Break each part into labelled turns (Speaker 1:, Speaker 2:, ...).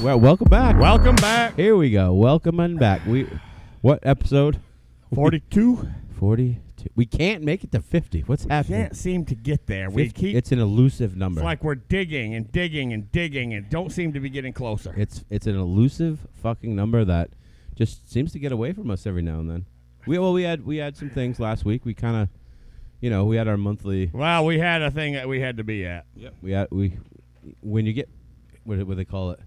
Speaker 1: Well, welcome back.
Speaker 2: Welcome back.
Speaker 1: Here we go. Welcome and back. We, what episode?
Speaker 2: 42.
Speaker 1: Forty-two. We can't make it to fifty. What's happening?
Speaker 2: Can't seem to get there. We
Speaker 1: 50
Speaker 2: keep. It's
Speaker 1: it's an elusive number.
Speaker 2: like we're digging and digging and digging and don't seem to be getting closer.
Speaker 1: it's it's an elusive fucking number that just seems to get away from us every now and then. We well we had we had some things last week. We kind of, you know, we had our monthly.
Speaker 2: well, we had a thing that we had to be at.
Speaker 1: We had we when you get what do- what do they call it?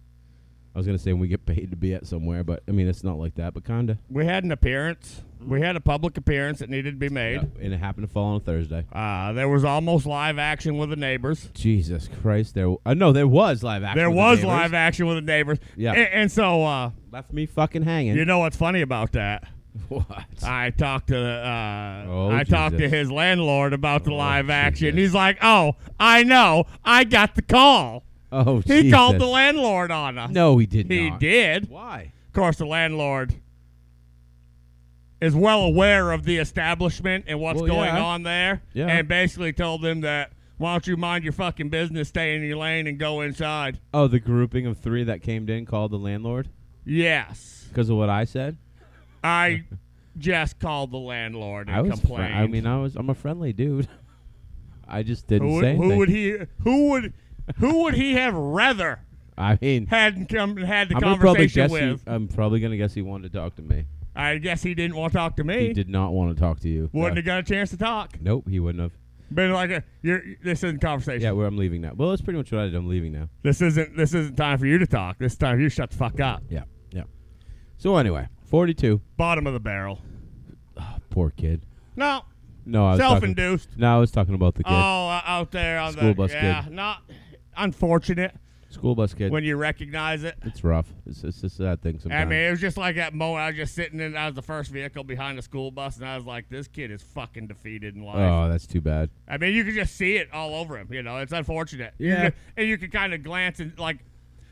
Speaker 1: I was gonna say when we get paid to be at somewhere, but I mean it's not like that. But kinda,
Speaker 2: We had an appearance.
Speaker 1: Mm-hmm.
Speaker 2: We had a public appearance that needed to be made.
Speaker 1: and it happened to fall on a Thursday.
Speaker 2: Uh, there was almost live action with the neighbors.
Speaker 1: Jesus Christ! There, uh, no, there was live action.
Speaker 2: There
Speaker 1: with the
Speaker 2: was
Speaker 1: neighbors.
Speaker 2: live action with the neighbors.
Speaker 1: Yeah.
Speaker 2: A- And, so, uh,
Speaker 1: Left me fucking hanging.
Speaker 2: you know what's funny about that?
Speaker 1: what?
Speaker 2: I talked to uh,
Speaker 1: Oh,
Speaker 2: I talked to
Speaker 1: Jesus.
Speaker 2: his landlord about the
Speaker 1: Oh,
Speaker 2: live action.
Speaker 1: Jesus.
Speaker 2: He's like, "Oh, I know. I got the call.
Speaker 1: oh,
Speaker 2: He
Speaker 1: Jesus.
Speaker 2: called the landlord on us.
Speaker 1: No, he did
Speaker 2: he
Speaker 1: not.
Speaker 2: did.
Speaker 1: Why?
Speaker 2: Of course, the landlord is well aware of the establishment and what's
Speaker 1: Well,
Speaker 2: going
Speaker 1: yeah.
Speaker 2: on there,
Speaker 1: Yeah.
Speaker 2: and basically told them that." Why don't you mind your fucking business, stay in your lane, and go inside?
Speaker 1: Oh, the grouping of three that came in called the landlord
Speaker 2: Yes,
Speaker 1: because of what I said.
Speaker 2: I just called the landlord and
Speaker 1: I was. fri-
Speaker 2: complained.
Speaker 1: I mean, I was. I'm a friendly dude. I just didn't
Speaker 2: who, would-
Speaker 1: say
Speaker 2: who
Speaker 1: anything.
Speaker 2: would he? Who would? Who would he have rather
Speaker 1: I mean,
Speaker 2: had come had the
Speaker 1: I'm gonna probably
Speaker 2: conversation
Speaker 1: guess. He,
Speaker 2: with?
Speaker 1: I'm probably gonna guess he wanted to talk to me.
Speaker 2: I guess he didn't want to talk to
Speaker 1: He
Speaker 2: me.
Speaker 1: did not want to talk to you.
Speaker 2: Wouldn't
Speaker 1: Uh,
Speaker 2: have got a chance to talk.
Speaker 1: nope, he wouldn't have.
Speaker 2: Been like a, you're, this isn't conversation.
Speaker 1: Yeah, where I'm leaving now. Well, that's pretty much what I did. I'm leaving now.
Speaker 2: This isn't this isn't time for you to talk. This time you shut the fuck up.
Speaker 1: Yeah, yeah. So anyway, 42.
Speaker 2: Bottom of the barrel.
Speaker 1: Poor kid.
Speaker 2: No,
Speaker 1: No, I was talking.
Speaker 2: self-induced.
Speaker 1: No, I was talking about the kid.
Speaker 2: Oh, uh, out there on
Speaker 1: School
Speaker 2: the
Speaker 1: bus
Speaker 2: yeah,
Speaker 1: kid.
Speaker 2: not unfortunate
Speaker 1: School bus kid.
Speaker 2: when you recognize it.
Speaker 1: It's rough. It's, it's just that thing
Speaker 2: I
Speaker 1: sometimes.
Speaker 2: mean, it was just like that moment. I was just sitting in. I was the first vehicle behind the school bus, and I was like, "This kid is fucking defeated in life."
Speaker 1: oh, that's too bad.
Speaker 2: I mean, you could just see it all over him. You know, it's unfortunate. You
Speaker 1: Yeah.
Speaker 2: could- and you could kind of glance and like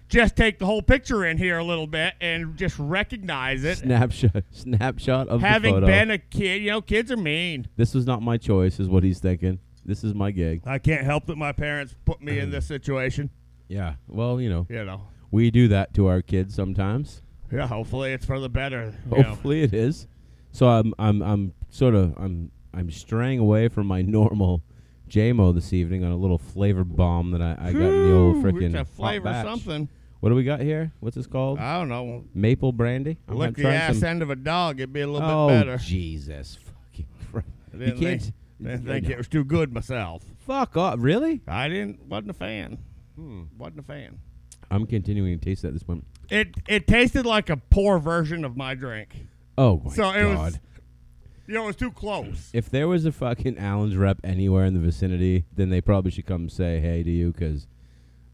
Speaker 2: just take the whole picture in here a little bit and just recognize it.
Speaker 1: Snapshot, snapshot of the
Speaker 2: Having
Speaker 1: photo.
Speaker 2: been a kid, you know, kids are mean.
Speaker 1: this was not my choice, is what he's thinking. This is my gig.
Speaker 2: I can't help that my parents put me
Speaker 1: Mm.
Speaker 2: in this situation.
Speaker 1: Yeah. Well, you know,
Speaker 2: You know.
Speaker 1: we do that to our kids sometimes.
Speaker 2: Yeah, hopefully it's for the better. you know.
Speaker 1: Hopefully, it is. So I'm, I'm, I'm sort of, I'm, I'm straying away from my normal JMO this evening on a little flavor bomb that I, I got in the old
Speaker 2: Whew,
Speaker 1: freaking
Speaker 2: it's a flavor something.
Speaker 1: What do we got here? What's this called?
Speaker 2: I don't know.
Speaker 1: Maple brandy. I'm
Speaker 2: Lick
Speaker 1: gonna
Speaker 2: the
Speaker 1: try
Speaker 2: ass
Speaker 1: some-
Speaker 2: end of a dog, it'd be a little
Speaker 1: oh,
Speaker 2: bit better.
Speaker 1: Jesus fucking Christ!
Speaker 2: I
Speaker 1: You
Speaker 2: didn't
Speaker 1: can't.
Speaker 2: think, didn't think it was too good myself.
Speaker 1: Fuck off! Really?
Speaker 2: I didn't. wasn't a fan.
Speaker 1: Hmm.
Speaker 2: Wasn't a fan.
Speaker 1: I'm continuing to taste that at this point.
Speaker 2: It it tasted like a poor version of my drink.
Speaker 1: Oh my
Speaker 2: so it
Speaker 1: god!
Speaker 2: was, you know, it was too close.
Speaker 1: if there was a fucking Allen's rep anywhere in the vicinity, then they probably should come say hey to you because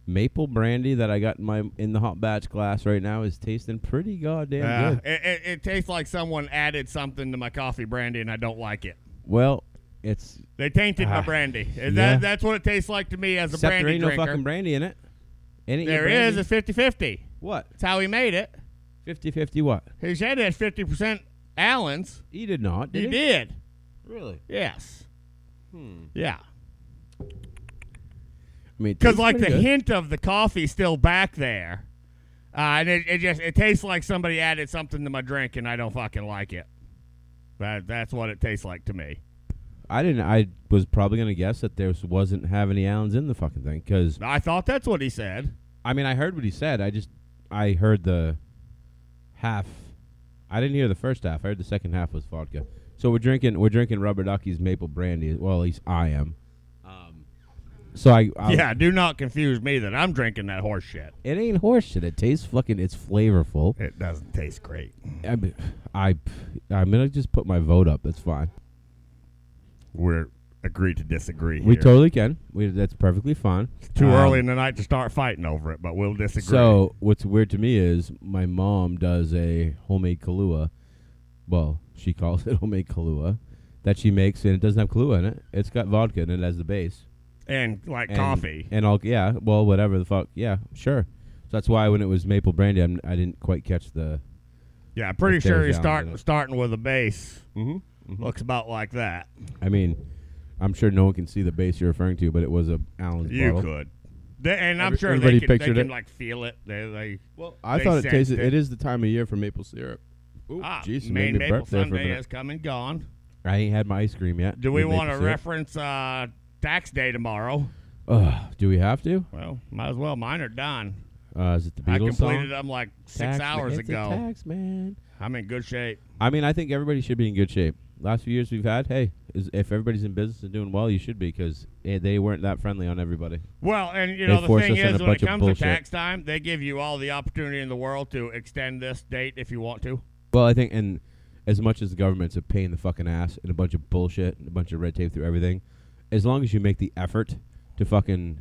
Speaker 1: maple brandy that I got in my in the hot batch glass right now is tasting pretty goddamn
Speaker 2: Uh,
Speaker 1: good.
Speaker 2: it, it, it tastes like someone added something to my coffee brandy, and I don't like it.
Speaker 1: Well, it's
Speaker 2: They tainted my
Speaker 1: Ah,
Speaker 2: brandy. And
Speaker 1: yeah.
Speaker 2: That, that's what it tastes like to me as a
Speaker 1: except there
Speaker 2: brandy
Speaker 1: ain't
Speaker 2: drinker.
Speaker 1: no fucking brandy in it. Ain't it your
Speaker 2: there is.
Speaker 1: brandy?
Speaker 2: It's 50 50.
Speaker 1: what
Speaker 2: That's how he made it.
Speaker 1: 50-50 What
Speaker 2: He said it had 50% Allen's.
Speaker 1: he did not. Did
Speaker 2: He did.
Speaker 1: really?
Speaker 2: Yes. Yeah.
Speaker 1: I mean, it
Speaker 2: because
Speaker 1: tastes
Speaker 2: like the
Speaker 1: pretty good.
Speaker 2: hint of the coffee still back there, uh, and it, it just it tastes like somebody added something to my drink, and I don't fucking like it. That that's what it tastes like to me.
Speaker 1: I didn't. I was probably gonna guess that there was- wasn't have any Allen's in the fucking thing because
Speaker 2: I thought that's what he said.
Speaker 1: I mean, I heard what he said. I just I heard the half. I didn't hear the first half. I heard the second half was vodka. So we're drinking we're drinking Rubber Ducky's maple brandy. Well, at least I am. Um, so I, I
Speaker 2: yeah, do not confuse me that I'm drinking that horse shit.
Speaker 1: It ain't horse shit. It tastes fucking. It's flavorful.
Speaker 2: It doesn't taste great.
Speaker 1: I mean, I I'm gonna just put my vote up. That's fine.
Speaker 2: We're agree to disagree.
Speaker 1: We
Speaker 2: here.
Speaker 1: totally can. We that's perfectly fine.
Speaker 2: too
Speaker 1: Um,
Speaker 2: early in the night to start fighting over it, but we'll disagree.
Speaker 1: So what's weird to me is my mom does a homemade Kahlua. Well, she calls it homemade Kahlua that she makes, and it doesn't have Kahlua in it. It's got vodka in it as the base.
Speaker 2: and like
Speaker 1: And,
Speaker 2: coffee.
Speaker 1: And all yeah, well, whatever the fuck, yeah, sure. So that's why when it was maple brandy, I'm, I didn't quite catch the.
Speaker 2: Yeah, I'm pretty
Speaker 1: if
Speaker 2: sure
Speaker 1: there's Allen's
Speaker 2: he's
Speaker 1: in
Speaker 2: starting
Speaker 1: it.
Speaker 2: starting with a base.
Speaker 1: Mm-hmm.
Speaker 2: Looks about like that.
Speaker 1: I mean, I'm sure no one can see the base you're referring to, but it was a Allen's
Speaker 2: You
Speaker 1: bottle.
Speaker 2: could. They, and I'm
Speaker 1: Every-
Speaker 2: sure they
Speaker 1: everybody
Speaker 2: can, they
Speaker 1: pictured
Speaker 2: can
Speaker 1: it.
Speaker 2: like feel it. They like
Speaker 1: Well, I
Speaker 2: they
Speaker 1: thought it
Speaker 2: said
Speaker 1: tasted.
Speaker 2: that-
Speaker 1: It is the time of year for maple syrup. Ooh,
Speaker 2: ah,
Speaker 1: jeez, it made
Speaker 2: Maine
Speaker 1: me
Speaker 2: Maple
Speaker 1: burp there for a
Speaker 2: Sunday
Speaker 1: minute.
Speaker 2: has come and gone.
Speaker 1: I ain't had my ice cream yet.
Speaker 2: Do we
Speaker 1: with
Speaker 2: want to
Speaker 1: maple syrup.
Speaker 2: reference uh, tax day tomorrow?
Speaker 1: Ugh, do we have to?
Speaker 2: Well, might as well. Mine are done.
Speaker 1: Uh, is it the Beatles
Speaker 2: I completed
Speaker 1: song?
Speaker 2: them like six
Speaker 1: Tax man,
Speaker 2: hours
Speaker 1: it's a
Speaker 2: ago.
Speaker 1: tax man.
Speaker 2: I'm in good shape.
Speaker 1: I mean, I think everybody should be in good shape. Last few years we've had, hey, is, if everybody's in business and doing well, you should be because they weren't that friendly on everybody.
Speaker 2: Well, and you
Speaker 1: They
Speaker 2: know the
Speaker 1: forced
Speaker 2: thing
Speaker 1: us in a
Speaker 2: is, when it
Speaker 1: bunch of
Speaker 2: comes to
Speaker 1: bullshit.
Speaker 2: tax time, they give you all the opportunity in the world to extend this date if you want to.
Speaker 1: Well, I think, and as much as the government's a pain in the fucking ass and a bunch of bullshit and a bunch of red tape through everything, as long as you make the effort to fucking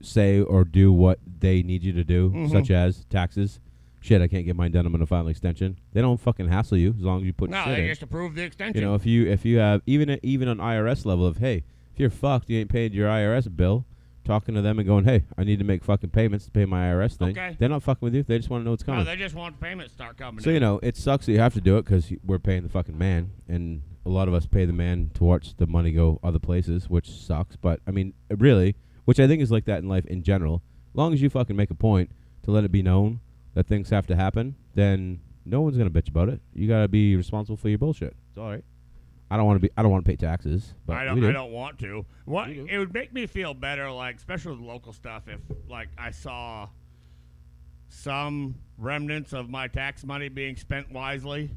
Speaker 1: say or do what they need you to do,
Speaker 2: Mhm.
Speaker 1: such as taxes. Shit, I can't get mine done. I'm gonna file an extension. They don't fucking hassle you as long as you put
Speaker 2: No,
Speaker 1: shit
Speaker 2: they
Speaker 1: in.
Speaker 2: just approve the extension.
Speaker 1: You know, if you if you have even at- even on IRS level of hey, if you're fucked, you ain't paid your IRS bill. Talking to them and going, hey, I need to make fucking payments to pay my IRS thing.
Speaker 2: Okay.
Speaker 1: They're not fucking with you. They just want to know what's coming.
Speaker 2: no, they just want payments to start coming.
Speaker 1: So
Speaker 2: in.
Speaker 1: you know, it sucks that you have to do it because we're paying the fucking man, and a lot of us pay the man to watch the money go other places, which sucks. But I mean, uh, really, which I think is like that in life in general. long as you fucking make a point to let it be known that things have to happen, then no one's gonna bitch about it. You gotta be responsible for your bullshit. It's all right. I don't want to be. I don't want to pay taxes, but
Speaker 2: I
Speaker 1: we
Speaker 2: don't.
Speaker 1: do.
Speaker 2: I don't want to. What
Speaker 1: We do.
Speaker 2: it would make me feel better, like especially with local stuff, if like I saw some remnants of my tax money being spent wisely.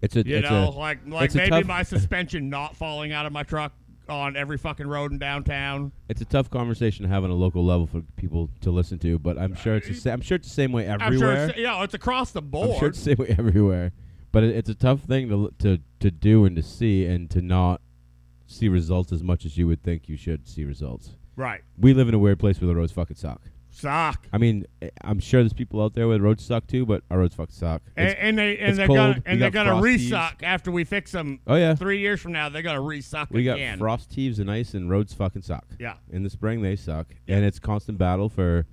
Speaker 1: It's a.
Speaker 2: You
Speaker 1: it's
Speaker 2: know,
Speaker 1: a,
Speaker 2: like like
Speaker 1: it's a
Speaker 2: maybe
Speaker 1: tough-
Speaker 2: my suspension not falling out of my truck on every fucking road in downtown.
Speaker 1: it's a tough conversation to have on a local level for people to listen to, but I'm sure it's. the sa- I'm sure it's the same way everywhere.
Speaker 2: I'm sure, it's, you know, it's across the board.
Speaker 1: I'm sure it's the same way everywhere, but it, it's a tough thing to, l- to to do and to see and to not see results as much as you would think you should see results.
Speaker 2: right.
Speaker 1: We live in a weird place where the roads fucking suck.
Speaker 2: Sock.
Speaker 1: I mean, I- I'm sure there's people out there where the roads suck too, but our roads fucking suck.
Speaker 2: And,
Speaker 1: It's-
Speaker 2: and they and
Speaker 1: it's
Speaker 2: they're gonna
Speaker 1: cold,
Speaker 2: and
Speaker 1: you
Speaker 2: they're
Speaker 1: got
Speaker 2: gonna
Speaker 1: frosties.
Speaker 2: resuck after we fix them
Speaker 1: oh yeah,
Speaker 2: three years from now. They're gonna resuck
Speaker 1: we got
Speaker 2: again.
Speaker 1: frost heaves and ice, and roads fucking suck.
Speaker 2: yeah.
Speaker 1: In the spring they suck, and it's constant battle for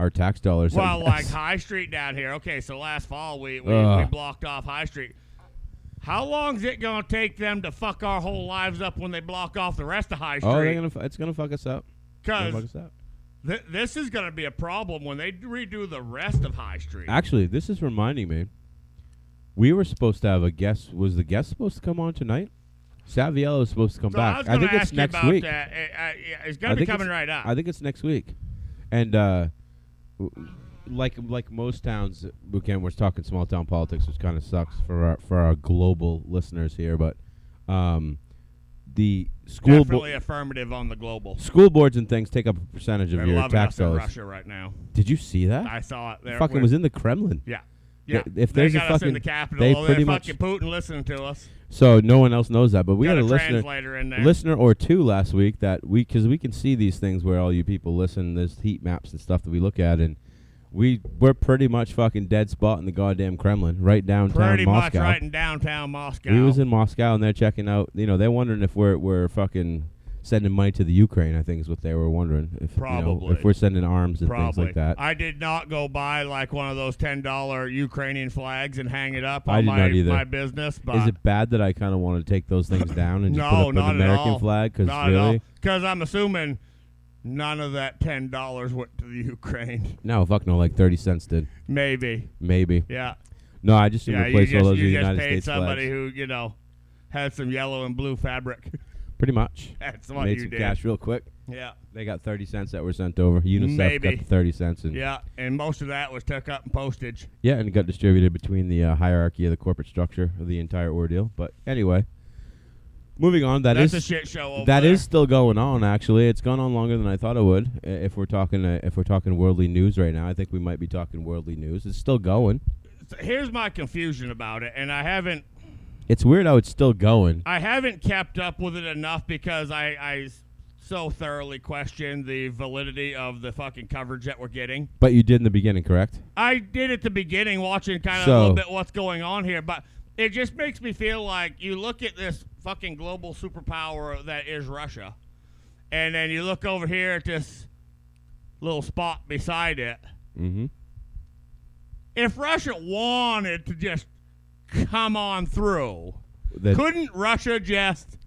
Speaker 1: our tax dollars. I
Speaker 2: Well, like
Speaker 1: guess.
Speaker 2: High Street down here. Okay, so last fall we we, we
Speaker 1: Ugh.
Speaker 2: blocked off High Street. How long's it gonna take them to fuck our whole lives up when they block off the rest of High
Speaker 1: oh, they're
Speaker 2: Street?
Speaker 1: gonna fu- it's gonna fuck us up. It's
Speaker 2: Because
Speaker 1: gonna fuck us up.
Speaker 2: th- this is gonna be a problem when they redo the rest of High Street.
Speaker 1: Actually, this is reminding me. We were supposed to have a guest. Was the guest supposed to come on tonight? Saviello is supposed to come
Speaker 2: so I was
Speaker 1: back. I,
Speaker 2: gonna
Speaker 1: think
Speaker 2: ask
Speaker 1: it's
Speaker 2: you
Speaker 1: next
Speaker 2: about
Speaker 1: week.
Speaker 2: that. I- I- yeah, it's
Speaker 1: I
Speaker 2: gonna be
Speaker 1: think it's-
Speaker 2: coming right up.
Speaker 1: I think it's next week. And uh, w- like like most towns, again, we're talking small town politics, which kind of sucks for our for our global listeners here. But um, the school bo-
Speaker 2: Definitely affirmative on the global.
Speaker 1: school boards and things take up a percentage of
Speaker 2: They're
Speaker 1: your
Speaker 2: loving
Speaker 1: tax
Speaker 2: us in
Speaker 1: dollars.
Speaker 2: Russia right now.
Speaker 1: Did you see that?
Speaker 2: I saw it there.
Speaker 1: fucking
Speaker 2: We're-
Speaker 1: was in the Kremlin.
Speaker 2: Yeah. Yeah.
Speaker 1: Th- if
Speaker 2: they
Speaker 1: there's a
Speaker 2: got us in
Speaker 1: fucking-
Speaker 2: the capital,
Speaker 1: they
Speaker 2: they're
Speaker 1: pretty
Speaker 2: fucking
Speaker 1: much-
Speaker 2: Putin listening to us.
Speaker 1: So no one else knows that, but we
Speaker 2: got
Speaker 1: had a
Speaker 2: a
Speaker 1: listener.
Speaker 2: translator in there.
Speaker 1: listener or two last week that we because we can see these things where all you people listen there's heat maps and stuff that we look at and we we're pretty much fucking dead spot in the goddamn Kremlin right downtown
Speaker 2: Pretty
Speaker 1: Moscow.
Speaker 2: much right in downtown Moscow.
Speaker 1: we was in Moscow and they're checking out. You know they're wondering if we're we're fucking sending money to the Ukraine. I think is what they were wondering if you know,
Speaker 2: Probably.
Speaker 1: if we're sending arms and
Speaker 2: Probably.
Speaker 1: things like that.
Speaker 2: I did not go buy like one of those ten dollar Ukrainian flags and hang it up on
Speaker 1: I did
Speaker 2: my
Speaker 1: not either.
Speaker 2: my business. But
Speaker 1: Is it bad that I kind of want to take those things down and just
Speaker 2: No,
Speaker 1: put up
Speaker 2: not at
Speaker 1: an American
Speaker 2: all.
Speaker 1: flag? Because
Speaker 2: not at
Speaker 1: really,
Speaker 2: all because I'm assuming none of that ten dollars went to the Ukraine.
Speaker 1: no, fuck no, like thirty cents did
Speaker 2: Maybe.
Speaker 1: maybe.
Speaker 2: Yeah.
Speaker 1: No, I just
Speaker 2: yeah. You
Speaker 1: replace all
Speaker 2: just,
Speaker 1: those
Speaker 2: you just
Speaker 1: United
Speaker 2: paid
Speaker 1: States
Speaker 2: somebody
Speaker 1: flags.
Speaker 2: who you know had some yellow and blue fabric.
Speaker 1: Pretty much.
Speaker 2: That's what
Speaker 1: made
Speaker 2: you
Speaker 1: some
Speaker 2: did.
Speaker 1: cash real quick.
Speaker 2: Yeah.
Speaker 1: They got thirty cents that were sent over. UNICEF
Speaker 2: Maybe.
Speaker 1: got the thirty cents, and yeah.
Speaker 2: Yeah, and most of that was took up in postage.
Speaker 1: and it got distributed between the uh, hierarchy of the corporate structure of the entire ordeal. But anyway, moving on. That
Speaker 2: That's
Speaker 1: is
Speaker 2: a shit show. Over
Speaker 1: that
Speaker 2: there.
Speaker 1: is still going on. Actually, it's gone on longer than I thought it would. I- If we're talking uh, if we're talking worldly news right now, I think we might be talking worldly news. It's still going.
Speaker 2: Here's my confusion about it, and I haven't
Speaker 1: It's weird how it's still going.
Speaker 2: I haven't kept up with it enough because I I s- so thoroughly question the validity of the fucking coverage that we're getting.
Speaker 1: But you did in the beginning, correct?
Speaker 2: I did at the beginning watching kind of a
Speaker 1: So-
Speaker 2: little bit what's going on here, but it just makes me feel like you look at this fucking global superpower that is Russia, and then you look over here at this little spot beside it.
Speaker 1: Mm-hmm.
Speaker 2: If Russia wanted to just come on through,
Speaker 1: That
Speaker 2: couldn't Russia just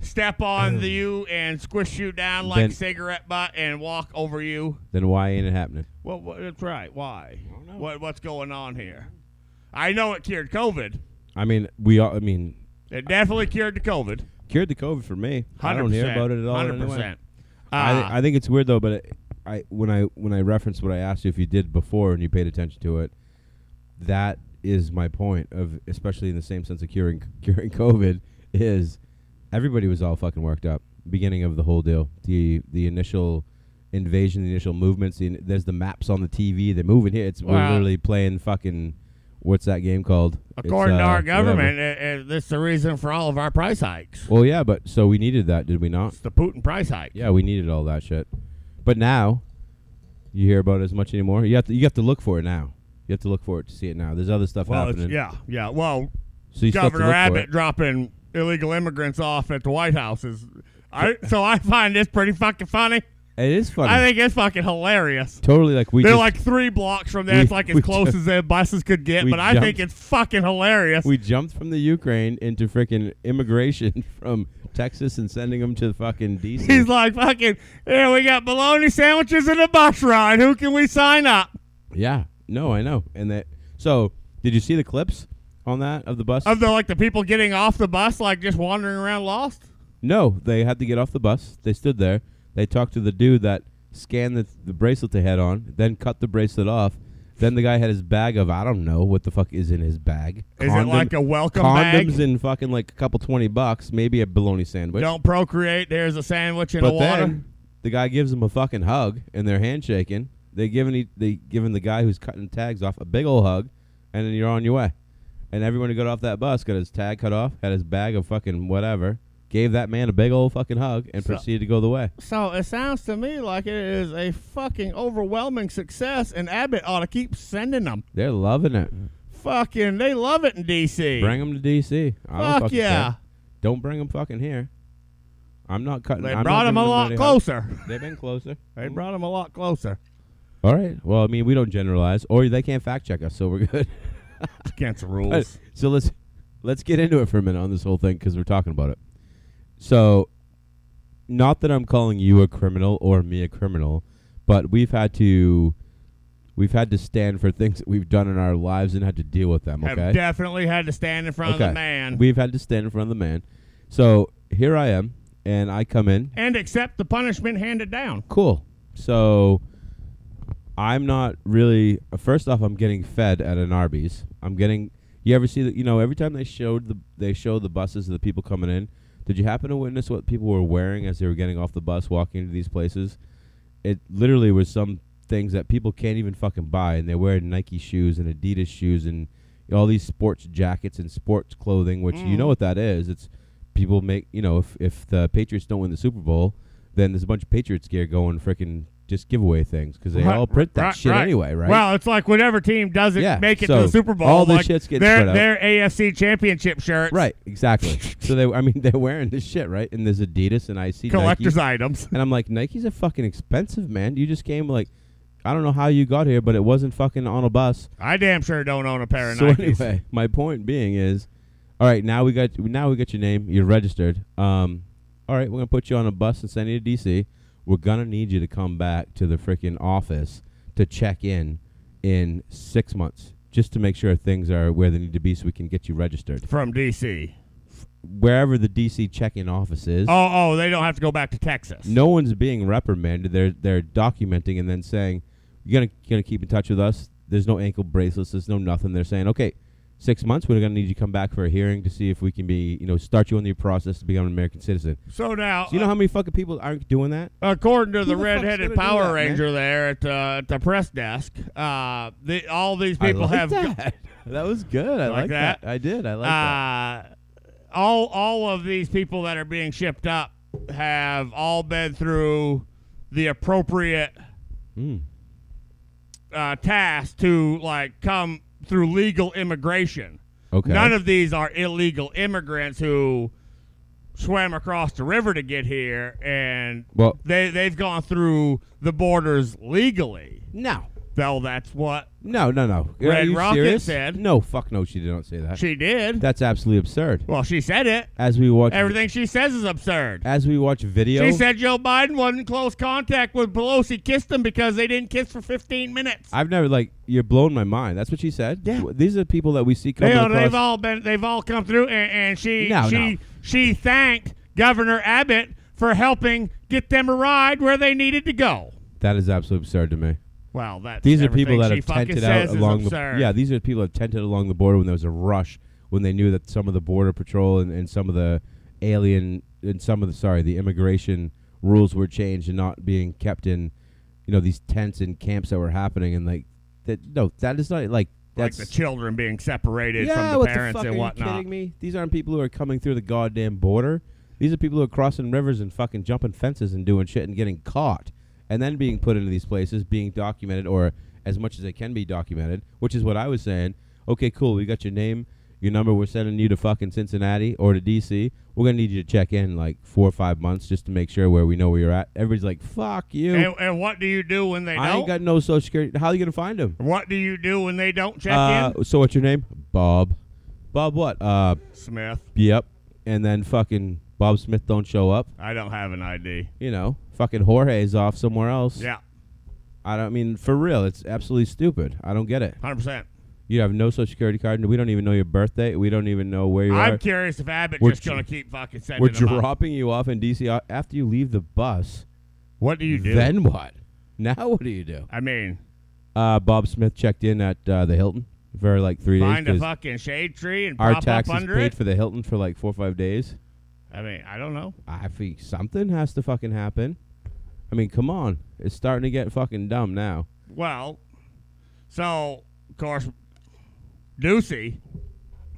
Speaker 2: step on the you and squish you down like
Speaker 1: Um, Then-
Speaker 2: cigarette butt and walk over you.
Speaker 1: Then why ain't it happening?
Speaker 2: Well, what, that's right. Why?
Speaker 1: don't know.
Speaker 2: What what's going on here? I know it cured COVID.
Speaker 1: I mean, we all. I mean,
Speaker 2: It definitely cured the COVID.
Speaker 1: cured the COVID for me. I
Speaker 2: Hundred
Speaker 1: don't
Speaker 2: percent.
Speaker 1: hear about it at all. in
Speaker 2: Hundred
Speaker 1: any way.
Speaker 2: percent. Ah. Uh,
Speaker 1: I, th- I think it's weird though, but it, I when I when I referenced what I asked you if you did before and you paid attention to it, that is my point of especially in the same sense of curing curing COVID is everybody was all fucking worked up beginning of the whole deal the the initial invasion the initial movements the, in- there's the maps on the TV they're moving here it's we're
Speaker 2: Well-
Speaker 1: literally playing fucking what's that game called It's,
Speaker 2: According to
Speaker 1: uh,
Speaker 2: our
Speaker 1: whatever.
Speaker 2: government, uh, uh, that's the reason for all of our price hikes.
Speaker 1: well yeah but so we needed that did we not
Speaker 2: It's the Putin price hike.
Speaker 1: Yeah, we needed all that shit. But now, you hear about it as much anymore. You have to you have to look for it now. You have to look for it to see it now. There's other stuff
Speaker 2: well, it's,
Speaker 1: happening.
Speaker 2: yeah, yeah. Well,
Speaker 1: So you still
Speaker 2: Governor
Speaker 1: have to look
Speaker 2: Abbott dropping illegal immigrants off at the White House is. I, so I find this pretty fucking funny.
Speaker 1: for it. It is funny.
Speaker 2: I think it's fucking hilarious.
Speaker 1: totally like we
Speaker 2: They're
Speaker 1: just,
Speaker 2: like three blocks from there.
Speaker 1: we-
Speaker 2: it's like as
Speaker 1: we
Speaker 2: close
Speaker 1: ju-
Speaker 2: as their buses could get,
Speaker 1: we
Speaker 2: but I think
Speaker 1: jumped-
Speaker 2: it's fucking hilarious.
Speaker 1: we jumped from the Ukraine into freaking immigration from Texas and sending them to fucking DC.
Speaker 2: He's like, fucking, yeah, we got bologna sandwiches and a bus ride. Who can we sign up?
Speaker 1: yeah. No, I know. And that. So did you see the clips on that of the bus?
Speaker 2: Of the like the people getting off the bus, like just wandering around lost.
Speaker 1: No, they had to get off the bus. They stood there. They talked to the dude that scanned the, the bracelet they had on, then cut the bracelet off. Then the guy had his bag of I don't know what the fuck is in his bag.
Speaker 2: Is it like a welcome
Speaker 1: condoms
Speaker 2: bag?
Speaker 1: and fucking like a couple twenty bucks, maybe a bologna sandwich.
Speaker 2: Don't procreate. There's a sandwich and a
Speaker 1: but
Speaker 2: water.
Speaker 1: then the guy gives him a fucking hug, and they're handshaking. They giving e- they giving the guy who's cutting tags off a big old hug, and then you're on your way. And everyone who got off that bus got his tag cut off, had his bag of fucking whatever, gave that man a big old fucking hug, and
Speaker 2: So-
Speaker 1: proceeded to go the way.
Speaker 2: So it sounds to me like it is a fucking overwhelming success, and Abbott ought to keep sending them.
Speaker 1: They're loving it.
Speaker 2: Fucking, they love it in D.C.
Speaker 1: Bring them to D.C. I don't
Speaker 2: Fuck
Speaker 1: fucking
Speaker 2: yeah.
Speaker 1: care. Don't bring them fucking here. I'm not cutting.
Speaker 2: They
Speaker 1: I'm not
Speaker 2: brought them a
Speaker 1: giving
Speaker 2: lot
Speaker 1: any hug.
Speaker 2: closer.
Speaker 1: They've been closer.
Speaker 2: They brought them a lot closer.
Speaker 1: All right. Well, I mean, we don't generalize, or they can't fact check us, so we're good.
Speaker 2: Against the
Speaker 1: But-
Speaker 2: rules.
Speaker 1: so let's let's get into it for a minute on this whole thing because we're talking about it. So, not that I'm calling you a criminal or me a criminal, but we've had to we've had to stand for things that we've done in our lives and had to deal with them. Okay,
Speaker 2: Have definitely had to stand in front of
Speaker 1: Okay.
Speaker 2: the man
Speaker 1: we've had to stand in front of the man. So here I am, and I come in.
Speaker 2: and accept the punishment handed down.
Speaker 1: Cool. So I'm not really. First off, I'm getting fed at an Arby's. I'm getting. You ever see that? You know, every time they showed the they showed the buses of the people coming in. Did you happen to witness what people were wearing as they were getting off the bus, walking into these places? It literally was some things that people can't even fucking buy, and they're wearing Nike shoes and Adidas shoes and all these sports jackets and sports clothing, which you
Speaker 2: Mm.
Speaker 1: know what that is. It's people make you know if if the Patriots don't win the Super Bowl, then there's a bunch of Patriots gear going freaking just giveaway things because they
Speaker 2: Right,
Speaker 1: all print that
Speaker 2: right,
Speaker 1: shit
Speaker 2: right.
Speaker 1: anyway, right?
Speaker 2: Well, it's like whatever team doesn't
Speaker 1: Yeah,
Speaker 2: make it
Speaker 1: so
Speaker 2: to the Super Bowl,
Speaker 1: all this
Speaker 2: like
Speaker 1: shit's getting
Speaker 2: their
Speaker 1: spread out.
Speaker 2: their AFC Championship shirts,
Speaker 1: right, exactly. so they, I mean, they're wearing this shit, right? And there's Adidas, and I see
Speaker 2: Collectors
Speaker 1: Nike,
Speaker 2: items.
Speaker 1: and I'm like, Nike's are fucking expensive, man. You just came like, I don't know how you got here, but it wasn't fucking on a bus.
Speaker 2: I damn sure don't own a pair of
Speaker 1: So
Speaker 2: Nikes.
Speaker 1: anyway, my point being is, all right, now we got now we got your name. You're registered. Um, all right, we're gonna put you on a bus and send you to DC. We're gonna need you to come back to the freaking office to check in in six months, just to make sure things are where they need to be, so we can get you registered
Speaker 2: From DC.
Speaker 1: wherever the DC check-in office is.
Speaker 2: Oh, oh, they don't have to go back to Texas.
Speaker 1: No one's being reprimanded. They're they're documenting and then saying, "You're gonna gonna keep in touch with us." There's no ankle bracelets. There's no nothing. They're saying, "Okay, six months. We're gonna need you to come back for a hearing to see if we can be, you know, start you on your process to become an American citizen."
Speaker 2: So now, uh,
Speaker 1: So you know how many fucking people aren't doing that?
Speaker 2: according to the
Speaker 1: the fuck's
Speaker 2: redheaded
Speaker 1: gonna do
Speaker 2: Power
Speaker 1: that, man?
Speaker 2: Ranger there at, uh, at the press desk, uh, the, all these
Speaker 1: I
Speaker 2: people
Speaker 1: like
Speaker 2: have
Speaker 1: that. that was good. I
Speaker 2: Like
Speaker 1: like,
Speaker 2: that?
Speaker 1: that? I did. I like that.
Speaker 2: uh, all all of these people that are being shipped up have all been through the appropriate
Speaker 1: Mm.
Speaker 2: uh, task to like come through legal immigration.
Speaker 1: Okay.
Speaker 2: Uh, None of these are illegal immigrants who swam across the river to get here, and
Speaker 1: well,
Speaker 2: they they've gone through the borders legally.
Speaker 1: no.
Speaker 2: though. That's what
Speaker 1: No, no, no. Are
Speaker 2: Red
Speaker 1: you
Speaker 2: Rocket
Speaker 1: serious?
Speaker 2: said-
Speaker 1: No, fuck no, she did not say that.
Speaker 2: she did.
Speaker 1: That's absolutely absurd.
Speaker 2: Well, she said it.
Speaker 1: As we watch
Speaker 2: Everything she says is absurd.
Speaker 1: as we watch video,
Speaker 2: She said Joe Biden wasn't in close contact with Pelosi, kissed him because they didn't kiss for 15 minutes.
Speaker 1: I've never like you're blowing my mind. That's what she said.
Speaker 2: Yeah.
Speaker 1: W- These are people that we see coming
Speaker 2: They,
Speaker 1: across.
Speaker 2: have all been, they've all come through, and, and she,
Speaker 1: No,
Speaker 2: she,
Speaker 1: no.
Speaker 2: she thanked Governor Abbott for helping get them a ride where they needed to go.
Speaker 1: that is absolutely absurd to me.
Speaker 2: Well, that's
Speaker 1: These are
Speaker 2: everything
Speaker 1: people that
Speaker 2: she
Speaker 1: have
Speaker 2: fucking
Speaker 1: tented out
Speaker 2: says is
Speaker 1: along the
Speaker 2: absurd.
Speaker 1: yeah. These are people that tented along the border when there was a rush when they knew that some of the border patrol and, and some of the alien and some of the sorry the immigration rules were changed and not being kept in you know these tents and camps that were happening and like that no that is not like
Speaker 2: like
Speaker 1: that's
Speaker 2: the children being separated
Speaker 1: yeah,
Speaker 2: from the
Speaker 1: what the
Speaker 2: parents
Speaker 1: fuck
Speaker 2: and
Speaker 1: are
Speaker 2: whatnot.
Speaker 1: you kidding me? These aren't people who are coming through the goddamn border. These are people who are crossing rivers and fucking jumping fences and doing shit and getting caught and then being put into these places, being documented or as much as they can be documented, which is what I was saying. Okay, cool. We got your name, your number. We're sending you to fucking Cincinnati or to DC. We're gonna need you to check in like four or five months just to make sure where we know where you're at. Everybody's like, "Fuck you."
Speaker 2: And, and what do you do when they
Speaker 1: I ain't
Speaker 2: don't?
Speaker 1: got no social security. How are you gonna find him?
Speaker 2: what do you do when they don't check
Speaker 1: Uh,
Speaker 2: in?
Speaker 1: so what's your name? Bob. Bob what? Uh,
Speaker 2: Smith,
Speaker 1: Yep. And then fucking Bob Smith don't show up.
Speaker 2: I don't have an ID.
Speaker 1: You know, fucking Jorge's off somewhere else.
Speaker 2: Yeah,
Speaker 1: I don't I mean for real. It's absolutely stupid. I don't get it.
Speaker 2: 100%.
Speaker 1: You have no social security card. and We don't even know your birthday. We don't even know where you
Speaker 2: I'm
Speaker 1: are.
Speaker 2: curious if Abbott's
Speaker 1: We're
Speaker 2: just
Speaker 1: dro-
Speaker 2: going to keep fucking sending
Speaker 1: We're
Speaker 2: them up.
Speaker 1: dropping you off in DC a- after you leave the bus.
Speaker 2: What do you do?
Speaker 1: Then what? Now what do you do?
Speaker 2: I mean,
Speaker 1: Uh, Bob Smith checked in at uh, the Hilton for like three
Speaker 2: find a
Speaker 1: days. 'cause
Speaker 2: fucking shade tree and
Speaker 1: our
Speaker 2: pop up
Speaker 1: taxes
Speaker 2: under
Speaker 1: paid
Speaker 2: it.
Speaker 1: for the Hilton for like four or five days.
Speaker 2: I mean, I don't know.
Speaker 1: I think something has to fucking happen. I mean, come on. It's starting to get fucking dumb now.
Speaker 2: Well, so of course, Ducey,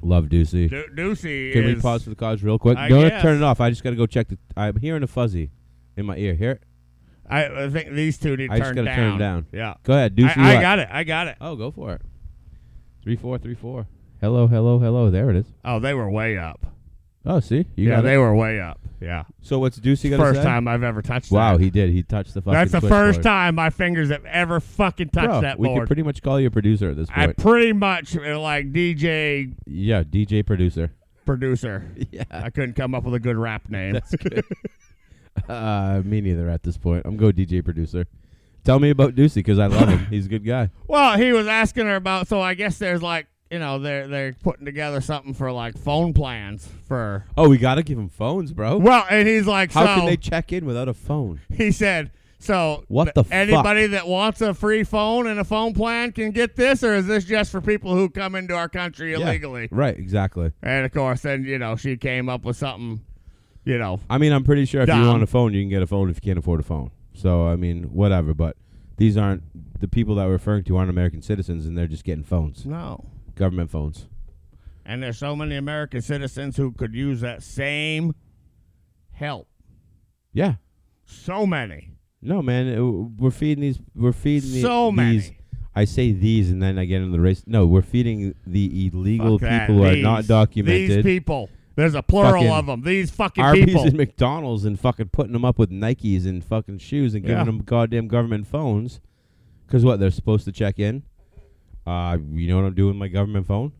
Speaker 1: Love Ducey.
Speaker 2: Du- Ducey
Speaker 1: Can
Speaker 2: is.
Speaker 1: we pause for the cause real quick?
Speaker 2: I
Speaker 1: Don't
Speaker 2: guess.
Speaker 1: turn it off. I just got to go check the. I'm hearing a fuzzy in my ear. Hear it?
Speaker 2: I, I think these two need to
Speaker 1: I just
Speaker 2: turn
Speaker 1: gotta
Speaker 2: down.
Speaker 1: turn 'em down.
Speaker 2: Yeah,
Speaker 1: Go ahead, Ducey.
Speaker 2: I, I
Speaker 1: what?
Speaker 2: got it. I got it.
Speaker 1: Oh, go for it. Three four three four. Hello, hello, hello. There it is.
Speaker 2: Oh, they were way up.
Speaker 1: Oh, see, you
Speaker 2: yeah,
Speaker 1: got
Speaker 2: they
Speaker 1: it.
Speaker 2: were way up. Yeah,
Speaker 1: So what's Ducey gonna
Speaker 2: first
Speaker 1: say?
Speaker 2: time I've ever touched.
Speaker 1: Wow,
Speaker 2: that.
Speaker 1: he did. He touched the fucking.
Speaker 2: that's the
Speaker 1: switchboard.
Speaker 2: first time my fingers have ever fucking touched
Speaker 1: Bro,
Speaker 2: that
Speaker 1: we
Speaker 2: board.
Speaker 1: could pretty much call you a producer at this
Speaker 2: I
Speaker 1: point.
Speaker 2: pretty much uh, like DJ
Speaker 1: yeah, DJ producer.
Speaker 2: producer.
Speaker 1: Yeah,
Speaker 2: I couldn't come up with a good rap name.
Speaker 1: that's good. uh, me neither at this point. I'm go DJ producer. Tell me about Ducey because I love him. He's a good guy.
Speaker 2: Well, he was asking her about. So I guess there's like you know they're they're putting together something for like phone plans for.
Speaker 1: Oh, we gotta give him phones, bro.
Speaker 2: Well, and he's like,
Speaker 1: How
Speaker 2: so
Speaker 1: can they check in without a phone?
Speaker 2: he said. So
Speaker 1: What
Speaker 2: th-
Speaker 1: the
Speaker 2: anybody that wants a free phone and a phone plan can get this, or is this just for people who come into our country
Speaker 1: Yeah,
Speaker 2: illegally?
Speaker 1: Right, exactly.
Speaker 2: And of course, then you know she came up with something, you know,
Speaker 1: I mean, I'm pretty sure if
Speaker 2: Dumb.
Speaker 1: you want a phone, you can get a phone if you can't afford a phone. So, I mean, whatever, but these aren't the people that we're referring to aren't American citizens and they're just getting phones,
Speaker 2: no.
Speaker 1: government phones.
Speaker 2: And there's so many American citizens who could use that same help.
Speaker 1: Yeah.
Speaker 2: So many.
Speaker 1: No, man, it- we're feeding these we're feeding the-
Speaker 2: So many.
Speaker 1: these I say these and then I get into the race. No, we're feeding the illegal
Speaker 2: Fuck that.
Speaker 1: people who are
Speaker 2: These-
Speaker 1: not documented.
Speaker 2: These people. There's a plural
Speaker 1: Fucking
Speaker 2: of them. These fucking
Speaker 1: Arby's
Speaker 2: people.
Speaker 1: and McDonald's and fucking putting them up with Nikes and fucking shoes and giving
Speaker 2: Yeah.
Speaker 1: them goddamn government phones. Because what? They're supposed to check in? Uh, you know what I'm doing with my government phone?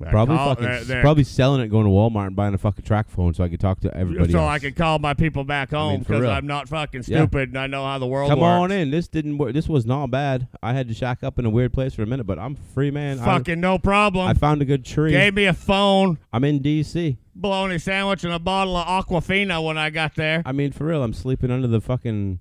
Speaker 2: They're
Speaker 1: Probably
Speaker 2: call-
Speaker 1: fucking,
Speaker 2: they're- they're-
Speaker 1: probably selling it, going to Walmart and buying a fucking track phone so I could talk to everybody.
Speaker 2: So
Speaker 1: else.
Speaker 2: I can call my people back home
Speaker 1: mean, for
Speaker 2: because
Speaker 1: real.
Speaker 2: I'm not fucking
Speaker 1: Yeah.
Speaker 2: stupid and I know how the world
Speaker 1: Come
Speaker 2: works.
Speaker 1: on in. This didn't work. This was not bad. I had to shack up in a weird place for a minute, but I'm free, man. I-
Speaker 2: Fucking no
Speaker 1: I,
Speaker 2: problem.
Speaker 1: found a good tree.
Speaker 2: Gave me a phone,
Speaker 1: I'm in D.C.
Speaker 2: bologna sandwich, and a bottle of Aquafina when I got there.
Speaker 1: I mean, for real, I'm sleeping under the fucking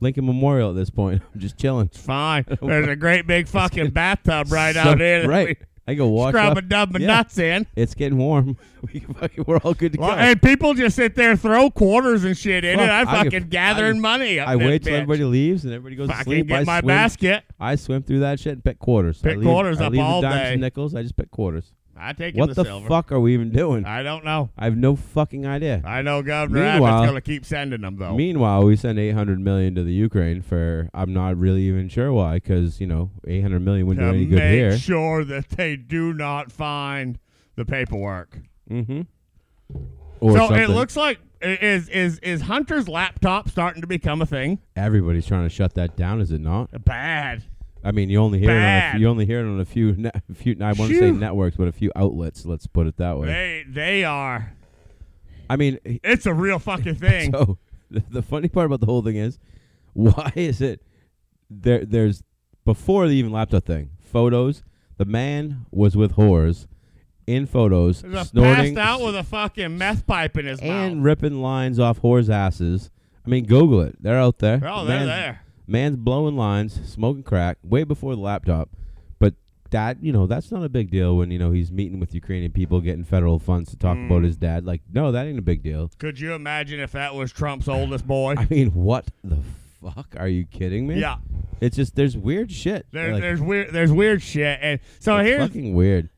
Speaker 1: Lincoln Memorial at this point. I'm just chilling.
Speaker 2: It's fine. There's a great big fucking bathtub right
Speaker 1: So-
Speaker 2: out there. that
Speaker 1: Right. I go
Speaker 2: we
Speaker 1: walk
Speaker 2: Scrub
Speaker 1: up.
Speaker 2: a dub and
Speaker 1: Yeah.
Speaker 2: nuts in.
Speaker 1: It's getting warm. We can fucking, we're all good to go.
Speaker 2: Well, and people just sit there and throw quarters and shit in
Speaker 1: Fuck,
Speaker 2: it. I'm
Speaker 1: I
Speaker 2: fucking
Speaker 1: could-
Speaker 2: gathering
Speaker 1: I-
Speaker 2: money. Up
Speaker 1: I
Speaker 2: this
Speaker 1: wait till
Speaker 2: bitch.
Speaker 1: everybody leaves and everybody goes to
Speaker 2: Fucking
Speaker 1: sleep. I
Speaker 2: get my
Speaker 1: swim,
Speaker 2: basket.
Speaker 1: I swim through that shit and pick quarters. I
Speaker 2: Pick
Speaker 1: leave-
Speaker 2: quarters
Speaker 1: I
Speaker 2: up
Speaker 1: leave
Speaker 2: all
Speaker 1: the dimes
Speaker 2: day.
Speaker 1: and nickels. I just pick quarters.
Speaker 2: I take in
Speaker 1: What
Speaker 2: the,
Speaker 1: the
Speaker 2: silver.
Speaker 1: fuck are we even doing? I,
Speaker 2: I don't know.
Speaker 1: have no fucking idea.
Speaker 2: I know Governor Abbott's
Speaker 1: Meanwhile-
Speaker 2: going to keep sending them though.
Speaker 1: Meanwhile, we send 800 million to the Ukraine for I'm not really even sure why because you know 800 million wouldn't
Speaker 2: to
Speaker 1: do any
Speaker 2: make
Speaker 1: good here.
Speaker 2: sure that they do not find the paperwork.
Speaker 1: mm-hmm. Or
Speaker 2: so
Speaker 1: something.
Speaker 2: it looks like i- is is is Hunter's laptop starting to become a thing?
Speaker 1: everybody's trying to shut that down. Is it not?
Speaker 2: Bad.
Speaker 1: I mean, you only hear it on a,
Speaker 2: Bad.
Speaker 1: you only hear it on a few ne- a few. I want to say
Speaker 2: Phew.
Speaker 1: networks, but a few outlets. Let's put it that way.
Speaker 2: They they are.
Speaker 1: I mean, h-
Speaker 2: It's a real fucking thing.
Speaker 1: so the, the funny part about the whole thing is, why is it there? There's before the even laptop thing, photos. The man was with whores in photos,
Speaker 2: There's a
Speaker 1: snorting
Speaker 2: passed out with a fucking meth pipe in his
Speaker 1: and
Speaker 2: mouth.
Speaker 1: ripping lines off whores' asses. I mean, Google it. They're out there.
Speaker 2: Oh, they're
Speaker 1: Man's-
Speaker 2: there.
Speaker 1: Man's blowing lines, smoking crack, way before the laptop. But that, you know, that's not a big deal when, you know, he's meeting with Ukrainian people, getting federal funds to talk about
Speaker 2: Mm.
Speaker 1: his dad. Like, no, that ain't a big deal.
Speaker 2: Could you imagine if that was Trump's oldest boy?
Speaker 1: I mean, what the fuck? Are you kidding me?
Speaker 2: Yeah.
Speaker 1: It's just, there's weird shit.
Speaker 2: There,
Speaker 1: Like,
Speaker 2: there's weird. There's weird shit. And so
Speaker 1: it's
Speaker 2: here's
Speaker 1: fucking weird.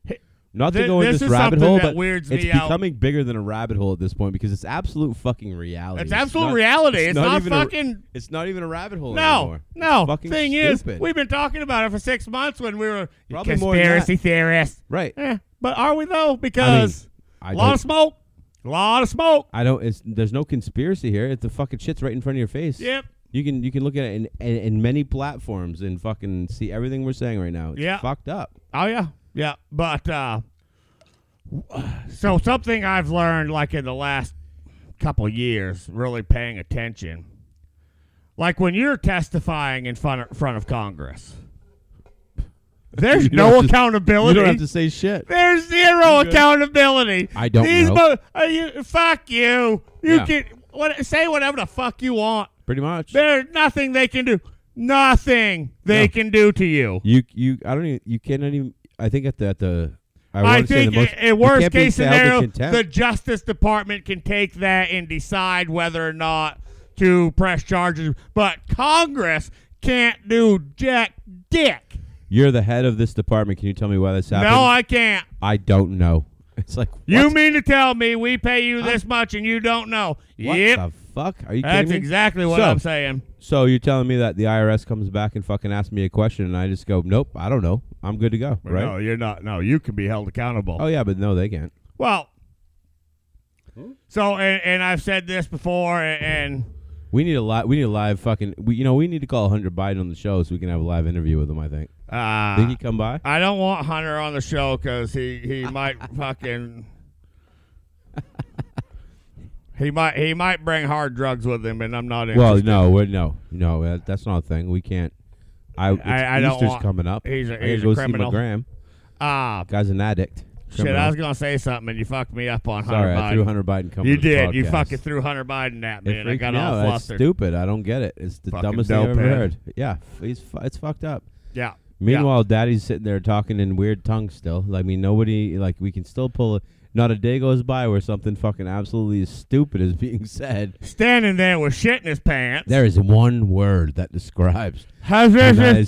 Speaker 1: Not to
Speaker 2: Thi-
Speaker 1: go in
Speaker 2: this
Speaker 1: this,
Speaker 2: is
Speaker 1: rabbit
Speaker 2: something
Speaker 1: hole,
Speaker 2: that
Speaker 1: but
Speaker 2: weirds
Speaker 1: it's
Speaker 2: me out.
Speaker 1: becoming bigger than a rabbit hole at this point because it's absolute fucking reality.
Speaker 2: it's absolute
Speaker 1: not-
Speaker 2: reality. It's, not,
Speaker 1: even a-
Speaker 2: fucking.
Speaker 1: It's not even a rabbit hole
Speaker 2: no,
Speaker 1: anymore.
Speaker 2: no.
Speaker 1: It's fucking
Speaker 2: Thing
Speaker 1: stupid.
Speaker 2: is, we've been talking about it for six months when we were you
Speaker 1: Probably more than
Speaker 2: conspiracy theorists.
Speaker 1: right.
Speaker 2: Eh, but are we though? Because
Speaker 1: I
Speaker 2: a lot
Speaker 1: don't-
Speaker 2: of smoke, a lot of smoke.
Speaker 1: I don't. It's there's no conspiracy here. It's the fucking shit's right in front of your face.
Speaker 2: Yep.
Speaker 1: You can you can look at it in, in, in many platforms and fucking see everything we're saying right now. It's
Speaker 2: Yeah.
Speaker 1: fucked up.
Speaker 2: Oh yeah, yeah. But uh, so something I've learned, like in the last couple years, really paying attention, like when you're testifying in front of, front of Congress, there's
Speaker 1: You don't
Speaker 2: no
Speaker 1: have to- You
Speaker 2: accountability.
Speaker 1: don't have to say shit.
Speaker 2: there's zero
Speaker 1: You good?
Speaker 2: accountability.
Speaker 1: I don't
Speaker 2: These
Speaker 1: know.
Speaker 2: Mo- are you, fuck you. You
Speaker 1: Yeah.
Speaker 2: can what, say whatever the fuck you want.
Speaker 1: Pretty much.
Speaker 2: There's nothing they can do. Nothing they
Speaker 1: No.
Speaker 2: can do to you.
Speaker 1: You you I don't even you cannot even. I think at the at the. I,
Speaker 2: I,
Speaker 1: wanna say
Speaker 2: think
Speaker 1: the most,
Speaker 2: in
Speaker 1: you
Speaker 2: worst
Speaker 1: can't be
Speaker 2: case
Speaker 1: held in
Speaker 2: scenario,
Speaker 1: contempt.
Speaker 2: the Justice Department can take that and decide whether or not to press charges. But Congress can't do jack dick.
Speaker 1: You're the head of this department. Can you tell me why this happened?
Speaker 2: No, I can't.
Speaker 1: I don't know. It's like what?
Speaker 2: You mean to tell me we pay you this much and you don't know?
Speaker 1: what
Speaker 2: yep,
Speaker 1: the fuck? Are you
Speaker 2: that's
Speaker 1: kidding me?
Speaker 2: exactly what
Speaker 1: So-
Speaker 2: I'm saying.
Speaker 1: So you're telling me that the IRS comes back and fucking asks me a question, and I just go, "Nope, I don't know. I'm good to go." Right?
Speaker 2: No, you're not. No, you can be held accountable.
Speaker 1: Oh yeah, but no, they can't.
Speaker 2: Well,
Speaker 1: Hmm?
Speaker 2: so and, and I've said this before, and, and
Speaker 1: We need a live. We need a live fucking. We, you know, we need to call Hunter Biden on the show so we can have a live interview with him. I think.
Speaker 2: uh,
Speaker 1: think he come by?
Speaker 2: I don't want Hunter on the show because he he might fucking he might he might bring hard drugs with him, and I'm not
Speaker 1: Well,
Speaker 2: interested.
Speaker 1: no, we're, no, no. that- That's not a thing. We can't. I, it's
Speaker 2: I don't
Speaker 1: Easter's
Speaker 2: want-
Speaker 1: coming up.
Speaker 2: he's a-
Speaker 1: I gotta
Speaker 2: he's a
Speaker 1: go see my
Speaker 2: criminal.
Speaker 1: gram.
Speaker 2: ah
Speaker 1: Guy's an addict.
Speaker 2: shit!
Speaker 1: Criminal.
Speaker 2: I was gonna say something, and you fucked me up on
Speaker 1: Sorry,
Speaker 2: Hunter
Speaker 1: I threw
Speaker 2: Biden.
Speaker 1: Hunter Biden coming.
Speaker 2: you
Speaker 1: to the
Speaker 2: did. You
Speaker 1: podcast.
Speaker 2: fucking threw Hunter Biden at me,
Speaker 1: It
Speaker 2: and I
Speaker 1: freaked
Speaker 2: got
Speaker 1: me
Speaker 2: all
Speaker 1: out. That's
Speaker 2: flustered.
Speaker 1: stupid. I don't get it. It's the
Speaker 2: Fucking
Speaker 1: dumbest thing I've ever
Speaker 2: dopehead.
Speaker 1: heard. Yeah, f- he's fu- it's fucked up.
Speaker 2: Yeah.
Speaker 1: Meanwhile, Daddy's sitting there talking in weird tongues still. I mean, nobody like we can still pull. A, not a day goes by where something fucking absolutely stupid is being said.
Speaker 2: yeah. standing there with shit in his pants.
Speaker 1: There is one word that describes
Speaker 2: How's this?
Speaker 1: United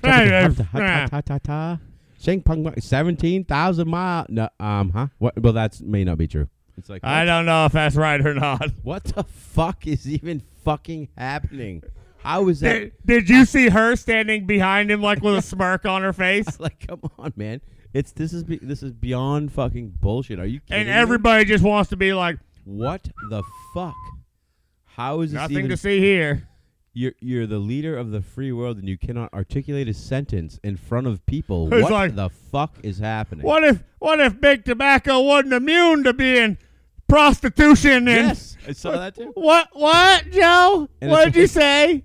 Speaker 1: States.
Speaker 2: States.
Speaker 1: seventeen thousand mile. No, um, huh? What? Well, that's may not be true. It's like
Speaker 2: I don't know if that's right or not.
Speaker 1: what the fuck is even fucking happening? How is that?
Speaker 2: Did, did you see her standing behind him like with a smirk on her face?
Speaker 1: like, come on, man. It's this is be, this is beyond fucking bullshit. Are you kidding?
Speaker 2: And
Speaker 1: me?
Speaker 2: everybody just wants to be like,
Speaker 1: what the fuck? How is this
Speaker 2: nothing
Speaker 1: even?
Speaker 2: to see here.
Speaker 1: you're you're the leader of the free world, and you cannot articulate a sentence in front of people.
Speaker 2: It's
Speaker 1: what
Speaker 2: like-
Speaker 1: the fuck is happening?
Speaker 2: What if what if big tobacco wasn't immune to being prostitution and
Speaker 1: Yes, I saw that too.
Speaker 2: what what, Joe?
Speaker 1: And
Speaker 2: what
Speaker 1: it's
Speaker 2: did you
Speaker 1: like-
Speaker 2: say?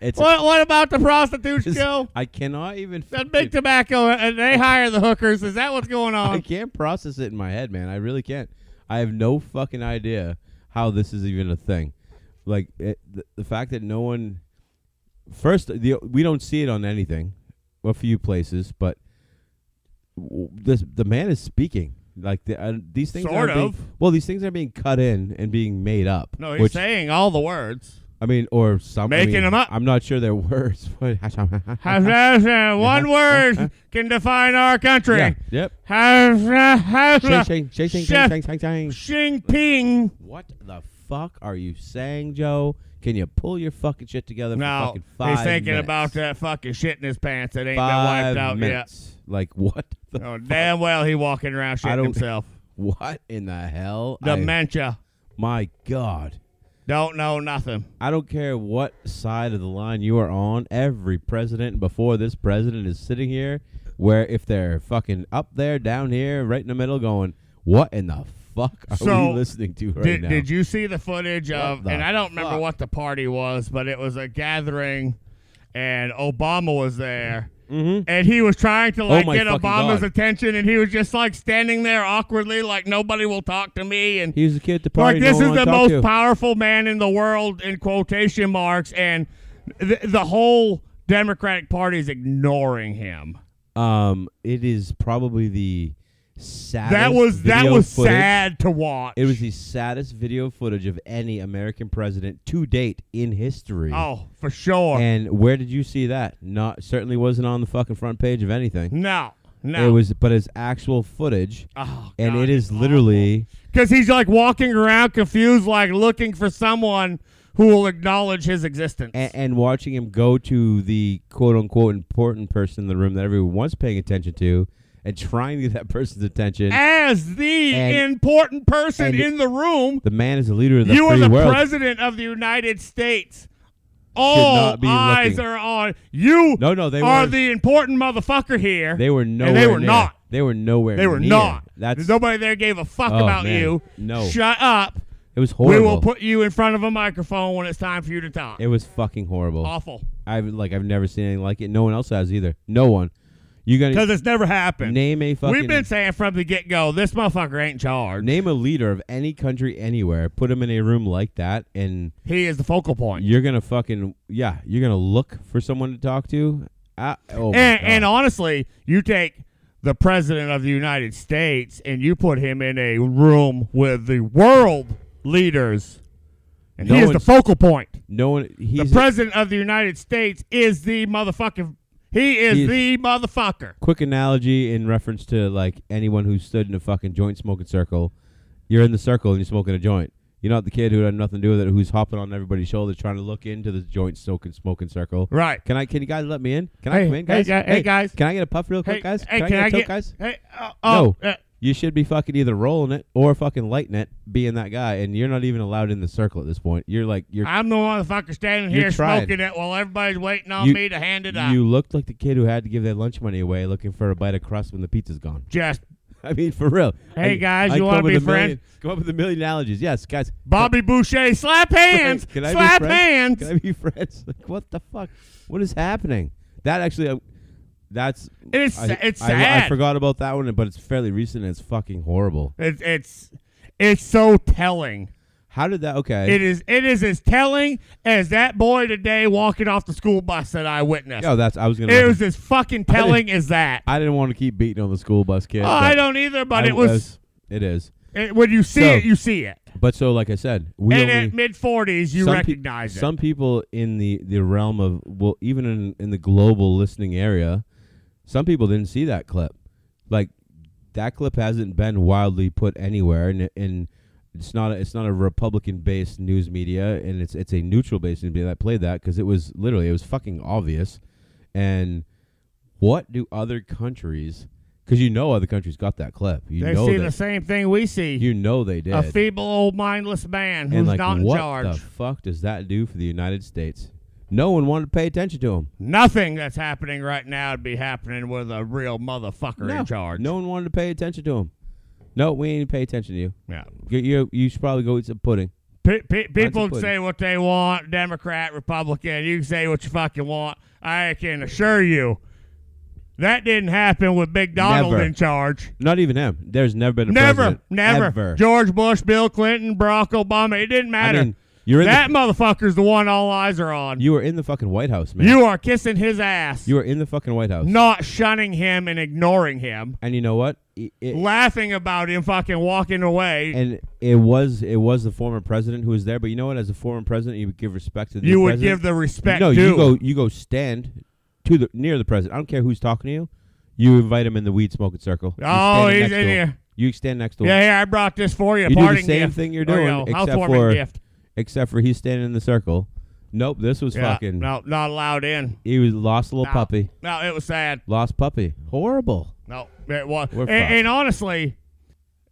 Speaker 1: it's
Speaker 2: What what about the prostitution,
Speaker 1: it's-
Speaker 2: Joe?
Speaker 1: I cannot even.
Speaker 2: That big tobacco and they hire the hookers. Is that what's going
Speaker 1: Oh. I
Speaker 2: on?
Speaker 1: can't process it in my head, man. I really can't. I have no fucking idea how this is even a thing. Like it, the, the fact that no one first the we don't see it on anything, a few places, but w- this the man is speaking. Like the, uh, these things
Speaker 2: Sort
Speaker 1: are being,
Speaker 2: of.
Speaker 1: well, these things are being cut in and being made up.
Speaker 2: No, he's
Speaker 1: which,
Speaker 2: saying all the words.
Speaker 1: I mean, or some I
Speaker 2: Making
Speaker 1: mean,
Speaker 2: 'em up.
Speaker 1: I'm not sure their words, but
Speaker 2: Has- has, uh, One word can define our country.
Speaker 1: yeah, yep.
Speaker 2: Has- uh, has, uh,
Speaker 1: Shang, shang, shang,
Speaker 2: Chef-
Speaker 1: shang, shang, shang, shang.
Speaker 2: Xingping.
Speaker 1: What the fuck are you saying, Joe? Can you pull your fucking shit together for
Speaker 2: No,
Speaker 1: fucking five
Speaker 2: he's thinking
Speaker 1: minutes?
Speaker 2: about that fucking shit in his pants that ain't
Speaker 1: Five
Speaker 2: been wiped out
Speaker 1: minutes. Like what? The,
Speaker 2: yet. Oh, damn well he walking around
Speaker 1: I
Speaker 2: shitting
Speaker 1: don't-
Speaker 2: himself.
Speaker 1: What in the hell? I-
Speaker 2: Dementia.
Speaker 1: my God,
Speaker 2: Don't know nothing.
Speaker 1: I don't care what side of the line you are on. Every president before this president is sitting here, where if they're fucking up there, down here, right in the middle, going, "What in the fuck are
Speaker 2: So,
Speaker 1: we listening to right
Speaker 2: Did,
Speaker 1: now?"
Speaker 2: did you see the footage of?
Speaker 1: the
Speaker 2: And I don't remember
Speaker 1: fuck?
Speaker 2: what the party was, but it was a gathering, and Obama was there,
Speaker 1: Mhm.
Speaker 2: and he was trying to like
Speaker 1: my
Speaker 2: get
Speaker 1: fucking
Speaker 2: Obama's
Speaker 1: God.
Speaker 2: attention, and he was just like standing there awkwardly, like nobody will talk to me, and
Speaker 1: He was a kid at the
Speaker 2: like
Speaker 1: party. no
Speaker 2: this
Speaker 1: one
Speaker 2: is the
Speaker 1: wanted to
Speaker 2: most
Speaker 1: talk to.
Speaker 2: powerful man in the world in quotation marks, and th- the whole Democratic Party is ignoring him.
Speaker 1: Um, it is probably the saddest.
Speaker 2: that was that
Speaker 1: video
Speaker 2: was
Speaker 1: footage.
Speaker 2: sad to watch.
Speaker 1: It was the saddest video footage of any American president to date in history.
Speaker 2: oh for sure.
Speaker 1: And where did you see that? Not certainly wasn't on the fucking front page of anything.
Speaker 2: no, no.
Speaker 1: It was, but it's actual footage,
Speaker 2: Oh,
Speaker 1: and it is literally
Speaker 2: because he's like walking around confused, like looking for someone who will acknowledge his existence.
Speaker 1: and, and watching him go to the quote unquote important person in the room that everyone was paying attention to, and trying to get that person's attention.
Speaker 2: As the
Speaker 1: and-
Speaker 2: important person
Speaker 1: and-
Speaker 2: in the room,
Speaker 1: the man is the leader of the
Speaker 2: you are
Speaker 1: free
Speaker 2: the
Speaker 1: world.
Speaker 2: president of the United States. All
Speaker 1: not be
Speaker 2: eyes
Speaker 1: looking.
Speaker 2: are on you.
Speaker 1: No, no, they
Speaker 2: are
Speaker 1: were-
Speaker 2: the important motherfucker here.
Speaker 1: They were nowhere.
Speaker 2: they were
Speaker 1: near.
Speaker 2: not.
Speaker 1: They were nowhere.
Speaker 2: They were
Speaker 1: near.
Speaker 2: not.
Speaker 1: That's
Speaker 2: Nobody there gave a fuck
Speaker 1: Oh,
Speaker 2: about
Speaker 1: man.
Speaker 2: you.
Speaker 1: No.
Speaker 2: shut up.
Speaker 1: it was horrible.
Speaker 2: We will put you in front of a microphone when it's time for you to talk.
Speaker 1: it was fucking horrible.
Speaker 2: Awful,
Speaker 1: I've like I've never seen anything like it. No one else has either. No one. You gonna
Speaker 2: because it's never happened.
Speaker 1: name a fucking
Speaker 2: We've been saying from the get go, this motherfucker ain't charged.
Speaker 1: name a leader of any country anywhere. Put him in a room like that, and
Speaker 2: He is the focal point.
Speaker 1: you're gonna fucking yeah. You're gonna look for someone to talk to. I, oh my
Speaker 2: and,
Speaker 1: God.
Speaker 2: and honestly, you take the president of the United States and you put him in a room with the world leaders, and
Speaker 1: No
Speaker 2: he is the
Speaker 1: one's-
Speaker 2: focal point.
Speaker 1: no one.
Speaker 2: The
Speaker 1: He's
Speaker 2: president of the United States is the motherfucking. He is
Speaker 1: He is-
Speaker 2: the motherfucker.
Speaker 1: quick analogy in reference to like anyone who stood in a fucking joint smoking circle. You're in the circle and you're smoking a joint. You're not the kid who had nothing to do with it, who's hopping on everybody's shoulder trying to look into the joint smoking smoking circle.
Speaker 2: Right.
Speaker 1: Can I? Can you guys let me in? Can I
Speaker 2: Hey,
Speaker 1: come in,
Speaker 2: hey,
Speaker 1: guys?
Speaker 2: gu- hey, guys.
Speaker 1: Can I get a puff real quick,
Speaker 2: Hey,
Speaker 1: guys?
Speaker 2: hey,
Speaker 1: I
Speaker 2: can
Speaker 1: get
Speaker 2: I
Speaker 1: a toke,
Speaker 2: get-
Speaker 1: guys?
Speaker 2: Hey, uh, oh,
Speaker 1: No.
Speaker 2: uh,
Speaker 1: You should be fucking either rolling it or fucking lighting it, being that guy, and you're not even allowed in the circle at this point. You're like you're.
Speaker 2: I'm the motherfucker standing
Speaker 1: You're
Speaker 2: here
Speaker 1: trying.
Speaker 2: smoking it while everybody's waiting on
Speaker 1: You-
Speaker 2: me to hand it out.
Speaker 1: you looked like the kid who had to give their lunch money away looking for a bite of crust when the pizza's gone.
Speaker 2: Just
Speaker 1: I mean, for real.
Speaker 2: Hey,
Speaker 1: I-
Speaker 2: guys,
Speaker 1: I
Speaker 2: you
Speaker 1: come
Speaker 2: wanna
Speaker 1: up
Speaker 2: be
Speaker 1: with a
Speaker 2: friends?
Speaker 1: million- Come up with a million analogies. Yes, guys.
Speaker 2: Bobby Boucher, slap hands,
Speaker 1: Can I be
Speaker 2: slap
Speaker 1: friends?
Speaker 2: hands.
Speaker 1: Can I be friends? Like, what the fuck? What is happening? That actually, uh, that's.
Speaker 2: it's
Speaker 1: I,
Speaker 2: sa- it's
Speaker 1: I-
Speaker 2: sad.
Speaker 1: I, forgot about that one, but it's fairly recent. and It's fucking horrible.
Speaker 2: It, it's it's so telling.
Speaker 1: How did that? Okay.
Speaker 2: It is it is as telling as that boy today walking off the school bus that I witnessed.
Speaker 1: oh, that's. I was gonna.
Speaker 2: it was as fucking telling as that.
Speaker 1: I didn't want to keep beating on the school bus kid.
Speaker 2: Oh,
Speaker 1: but
Speaker 2: I don't either, but
Speaker 1: I-
Speaker 2: it was
Speaker 1: that's- It is.
Speaker 2: it, when you see
Speaker 1: So,
Speaker 2: it, you see it.
Speaker 1: But so, like I said, we
Speaker 2: And
Speaker 1: only.
Speaker 2: at mid forties, you
Speaker 1: some peop-
Speaker 2: recognize it.
Speaker 1: Some people in the, the realm of well, even in in the global listening area, some people didn't see that clip. Like that clip hasn't been wildly put anywhere, and and it's not a, it's not a Republican based news media, and it's it's a neutral based media that played that because it was literally it was fucking obvious. And what do other countries? Because you know other countries got that clip. You
Speaker 2: They
Speaker 1: know
Speaker 2: see
Speaker 1: that,
Speaker 2: the same thing we see.
Speaker 1: you know they did
Speaker 2: a feeble old mindless man who's
Speaker 1: and like
Speaker 2: not in
Speaker 1: what
Speaker 2: charge.
Speaker 1: the fuck does that do for the United States? No one wanted to pay attention to him.
Speaker 2: Nothing that's happening right now would be happening with a real motherfucker
Speaker 1: no,
Speaker 2: in charge.
Speaker 1: no one wanted to pay attention to him. No, we ain't pay attention to you.
Speaker 2: Yeah.
Speaker 1: You, you, you should probably go eat some pudding.
Speaker 2: Pe- pe- people
Speaker 1: Lots of
Speaker 2: can
Speaker 1: pudding.
Speaker 2: say what they want, Democrat, Republican. You can say what you fucking want. I can assure you, that didn't happen with Big Donald
Speaker 1: Never.
Speaker 2: in charge.
Speaker 1: Not even him. There's never been a
Speaker 2: Never,
Speaker 1: president.
Speaker 2: never,
Speaker 1: ever.
Speaker 2: George Bush, Bill Clinton, Barack Obama. It didn't
Speaker 1: I
Speaker 2: matter.
Speaker 1: mean, you're in
Speaker 2: that motherfucker's the one all eyes are on.
Speaker 1: the, you were in the fucking White House, man.
Speaker 2: You are kissing his ass,
Speaker 1: You were in the fucking White House.
Speaker 2: not shunning him and ignoring him,
Speaker 1: And you know what? It- it-
Speaker 2: laughing about him fucking walking away.
Speaker 1: and it was it was the former president who was there. But you know what? As a former president, you would give respect to the
Speaker 2: you would
Speaker 1: president.
Speaker 2: give the respect
Speaker 1: No,
Speaker 2: due.
Speaker 1: you go you go stand to the near the president. I don't care who's talking to you. You invite him in the weed smoking circle. You
Speaker 2: Oh,
Speaker 1: stand
Speaker 2: he's
Speaker 1: next
Speaker 2: in
Speaker 1: to him.
Speaker 2: here.
Speaker 1: You stand next to him.
Speaker 2: Yeah, here, I brought this for you. a
Speaker 1: You do the
Speaker 2: parting
Speaker 1: same
Speaker 2: gift. Oh,
Speaker 1: thing you're
Speaker 2: There you
Speaker 1: doing,
Speaker 2: go,
Speaker 1: except
Speaker 2: housewarming
Speaker 1: for-
Speaker 2: gift.
Speaker 1: Except for he's standing in the circle. Nope, this was
Speaker 2: Yeah,
Speaker 1: fucking.
Speaker 2: no, not allowed in.
Speaker 1: He was lost little
Speaker 2: No.
Speaker 1: puppy.
Speaker 2: No, it was sad.
Speaker 1: Lost puppy. Horrible.
Speaker 2: No, it was.
Speaker 1: We're
Speaker 2: And,
Speaker 1: fucked.
Speaker 2: and honestly,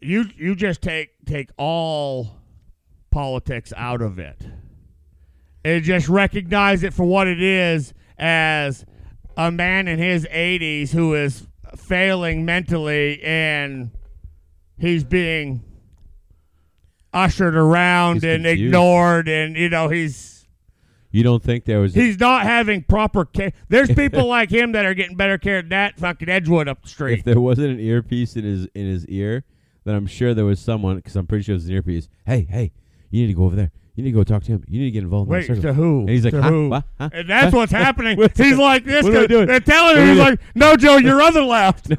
Speaker 2: you you just take take all politics out of it and just recognize it for what it is as a man in his 80s who is failing mentally and he's being ushered around
Speaker 1: He's
Speaker 2: and
Speaker 1: confused.
Speaker 2: ignored and you know he's
Speaker 1: You don't think there was?
Speaker 2: he's not having proper care there's people like him that are getting better care than that fucking edgewood up the
Speaker 1: if
Speaker 2: street
Speaker 1: there wasn't an earpiece in his in his ear, then I'm sure there was someone because I'm pretty sure it was an earpiece. Hey, hey, you need to go over there. You need to go talk to him. You need to get involved.
Speaker 2: wait
Speaker 1: in that
Speaker 2: to
Speaker 1: circle.
Speaker 2: who
Speaker 1: And he's like,
Speaker 2: to
Speaker 1: huh?
Speaker 2: who
Speaker 1: What? Huh?
Speaker 2: and that's
Speaker 1: Huh?
Speaker 2: what's happening
Speaker 1: What?
Speaker 2: he's like this
Speaker 1: What am I
Speaker 2: 'cause
Speaker 1: doing?
Speaker 2: they're telling
Speaker 1: What
Speaker 2: him
Speaker 1: am
Speaker 2: he's
Speaker 1: I
Speaker 2: like no joe your other left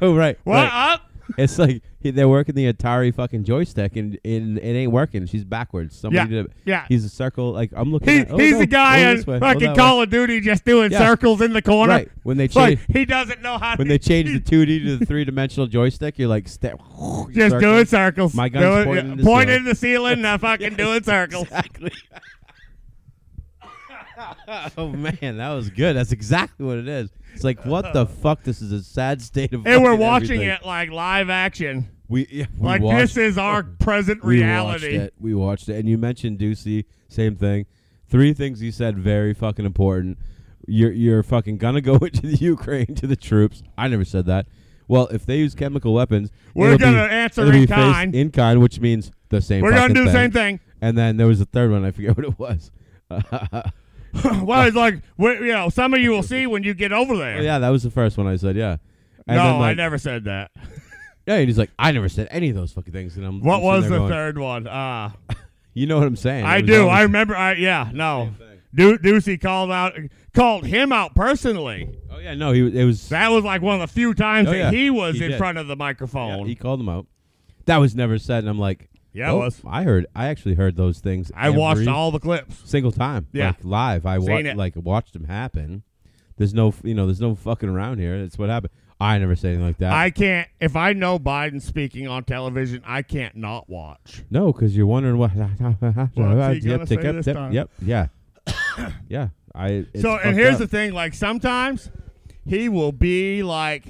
Speaker 1: No, right.
Speaker 2: what
Speaker 1: right.
Speaker 2: up
Speaker 1: It's like he, they're working the Atari fucking joystick and, and it ain't working. She's backwards. Somebody
Speaker 2: Yeah,
Speaker 1: did it.
Speaker 2: yeah.
Speaker 1: He's a circle. Like I'm looking.
Speaker 2: He,
Speaker 1: at, oh,
Speaker 2: he's
Speaker 1: no,
Speaker 2: the guy
Speaker 1: go
Speaker 2: in
Speaker 1: this way, go
Speaker 2: fucking
Speaker 1: that
Speaker 2: Call of Duty just doing
Speaker 1: Yeah.
Speaker 2: circles in the
Speaker 1: way.
Speaker 2: corner.
Speaker 1: Right when they
Speaker 2: It's like
Speaker 1: change
Speaker 2: he doesn't know how
Speaker 1: when
Speaker 2: to
Speaker 1: they change the 2D to the three dimensional joystick, you're like step.
Speaker 2: just doing circles.
Speaker 1: My gun's
Speaker 2: doing,
Speaker 1: pointing to the
Speaker 2: pointing
Speaker 1: ceiling.
Speaker 2: to the ceiling and I fucking doing circles.
Speaker 1: Exactly. oh man, that was good. That's exactly what it is. It's like what the fuck? This is a sad state of.
Speaker 2: And we're
Speaker 1: fucking
Speaker 2: watching
Speaker 1: everything.
Speaker 2: it like live action.
Speaker 1: We, yeah, we
Speaker 2: Like
Speaker 1: watched,
Speaker 2: this is our present
Speaker 1: we
Speaker 2: reality.
Speaker 1: Watched it. We watched it, and you mentioned Ducey. Same thing. Three things you said very fucking important. You're you're fucking gonna go into the Ukraine to the troops. I never said that. Well, if they use chemical weapons,
Speaker 2: We're
Speaker 1: it'll be-
Speaker 2: gonna answer
Speaker 1: it'll be
Speaker 2: in
Speaker 1: faced
Speaker 2: kind.
Speaker 1: In kind, which means the same.
Speaker 2: We're gonna
Speaker 1: fucking
Speaker 2: do the same thing.
Speaker 1: And then there was a third one. I forget what it was.
Speaker 2: well, it's like we, you know, some of you will see when you get over there.
Speaker 1: yeah, that was the first one I said. Yeah. And
Speaker 2: no,
Speaker 1: then, like,
Speaker 2: I never said that.
Speaker 1: Yeah, and he's like, I never said any of those fucking things. And I'm
Speaker 2: What
Speaker 1: I'm sitting
Speaker 2: was
Speaker 1: there going,
Speaker 2: the third one? Ah.
Speaker 1: You know what I'm saying?
Speaker 2: I
Speaker 1: It was
Speaker 2: do.
Speaker 1: almost-
Speaker 2: I remember. I yeah. No,
Speaker 1: thing.
Speaker 2: Du- Ducey called out, called him out personally.
Speaker 1: Oh yeah, no, he was- it was.
Speaker 2: That was like one of the few times
Speaker 1: Oh,
Speaker 2: that
Speaker 1: yeah.
Speaker 2: he was
Speaker 1: He
Speaker 2: in
Speaker 1: did.
Speaker 2: front of the
Speaker 1: Yeah,
Speaker 2: microphone.
Speaker 1: he called them out. That was never said, and I'm like,
Speaker 2: Yeah, it
Speaker 1: oh,
Speaker 2: was.
Speaker 1: I heard. I actually heard those things.
Speaker 2: I watched
Speaker 1: every
Speaker 2: all the clips.
Speaker 1: single time.
Speaker 2: Yeah.
Speaker 1: like, live. I wa-
Speaker 2: Seen it.
Speaker 1: like watched them happen. There's no, you know, there's no fucking around here. That's what happened. I never said anything like that.
Speaker 2: I can't. If I know Biden speaking on television, I can't not watch.
Speaker 1: no, because you're wondering what.
Speaker 2: gonna
Speaker 1: yep,
Speaker 2: say
Speaker 1: tick, yep,
Speaker 2: this
Speaker 1: yep,
Speaker 2: time?
Speaker 1: yep, yeah, yeah. I. it's
Speaker 2: so,
Speaker 1: fucked
Speaker 2: and here's
Speaker 1: up.
Speaker 2: the thing: like sometimes he will be like,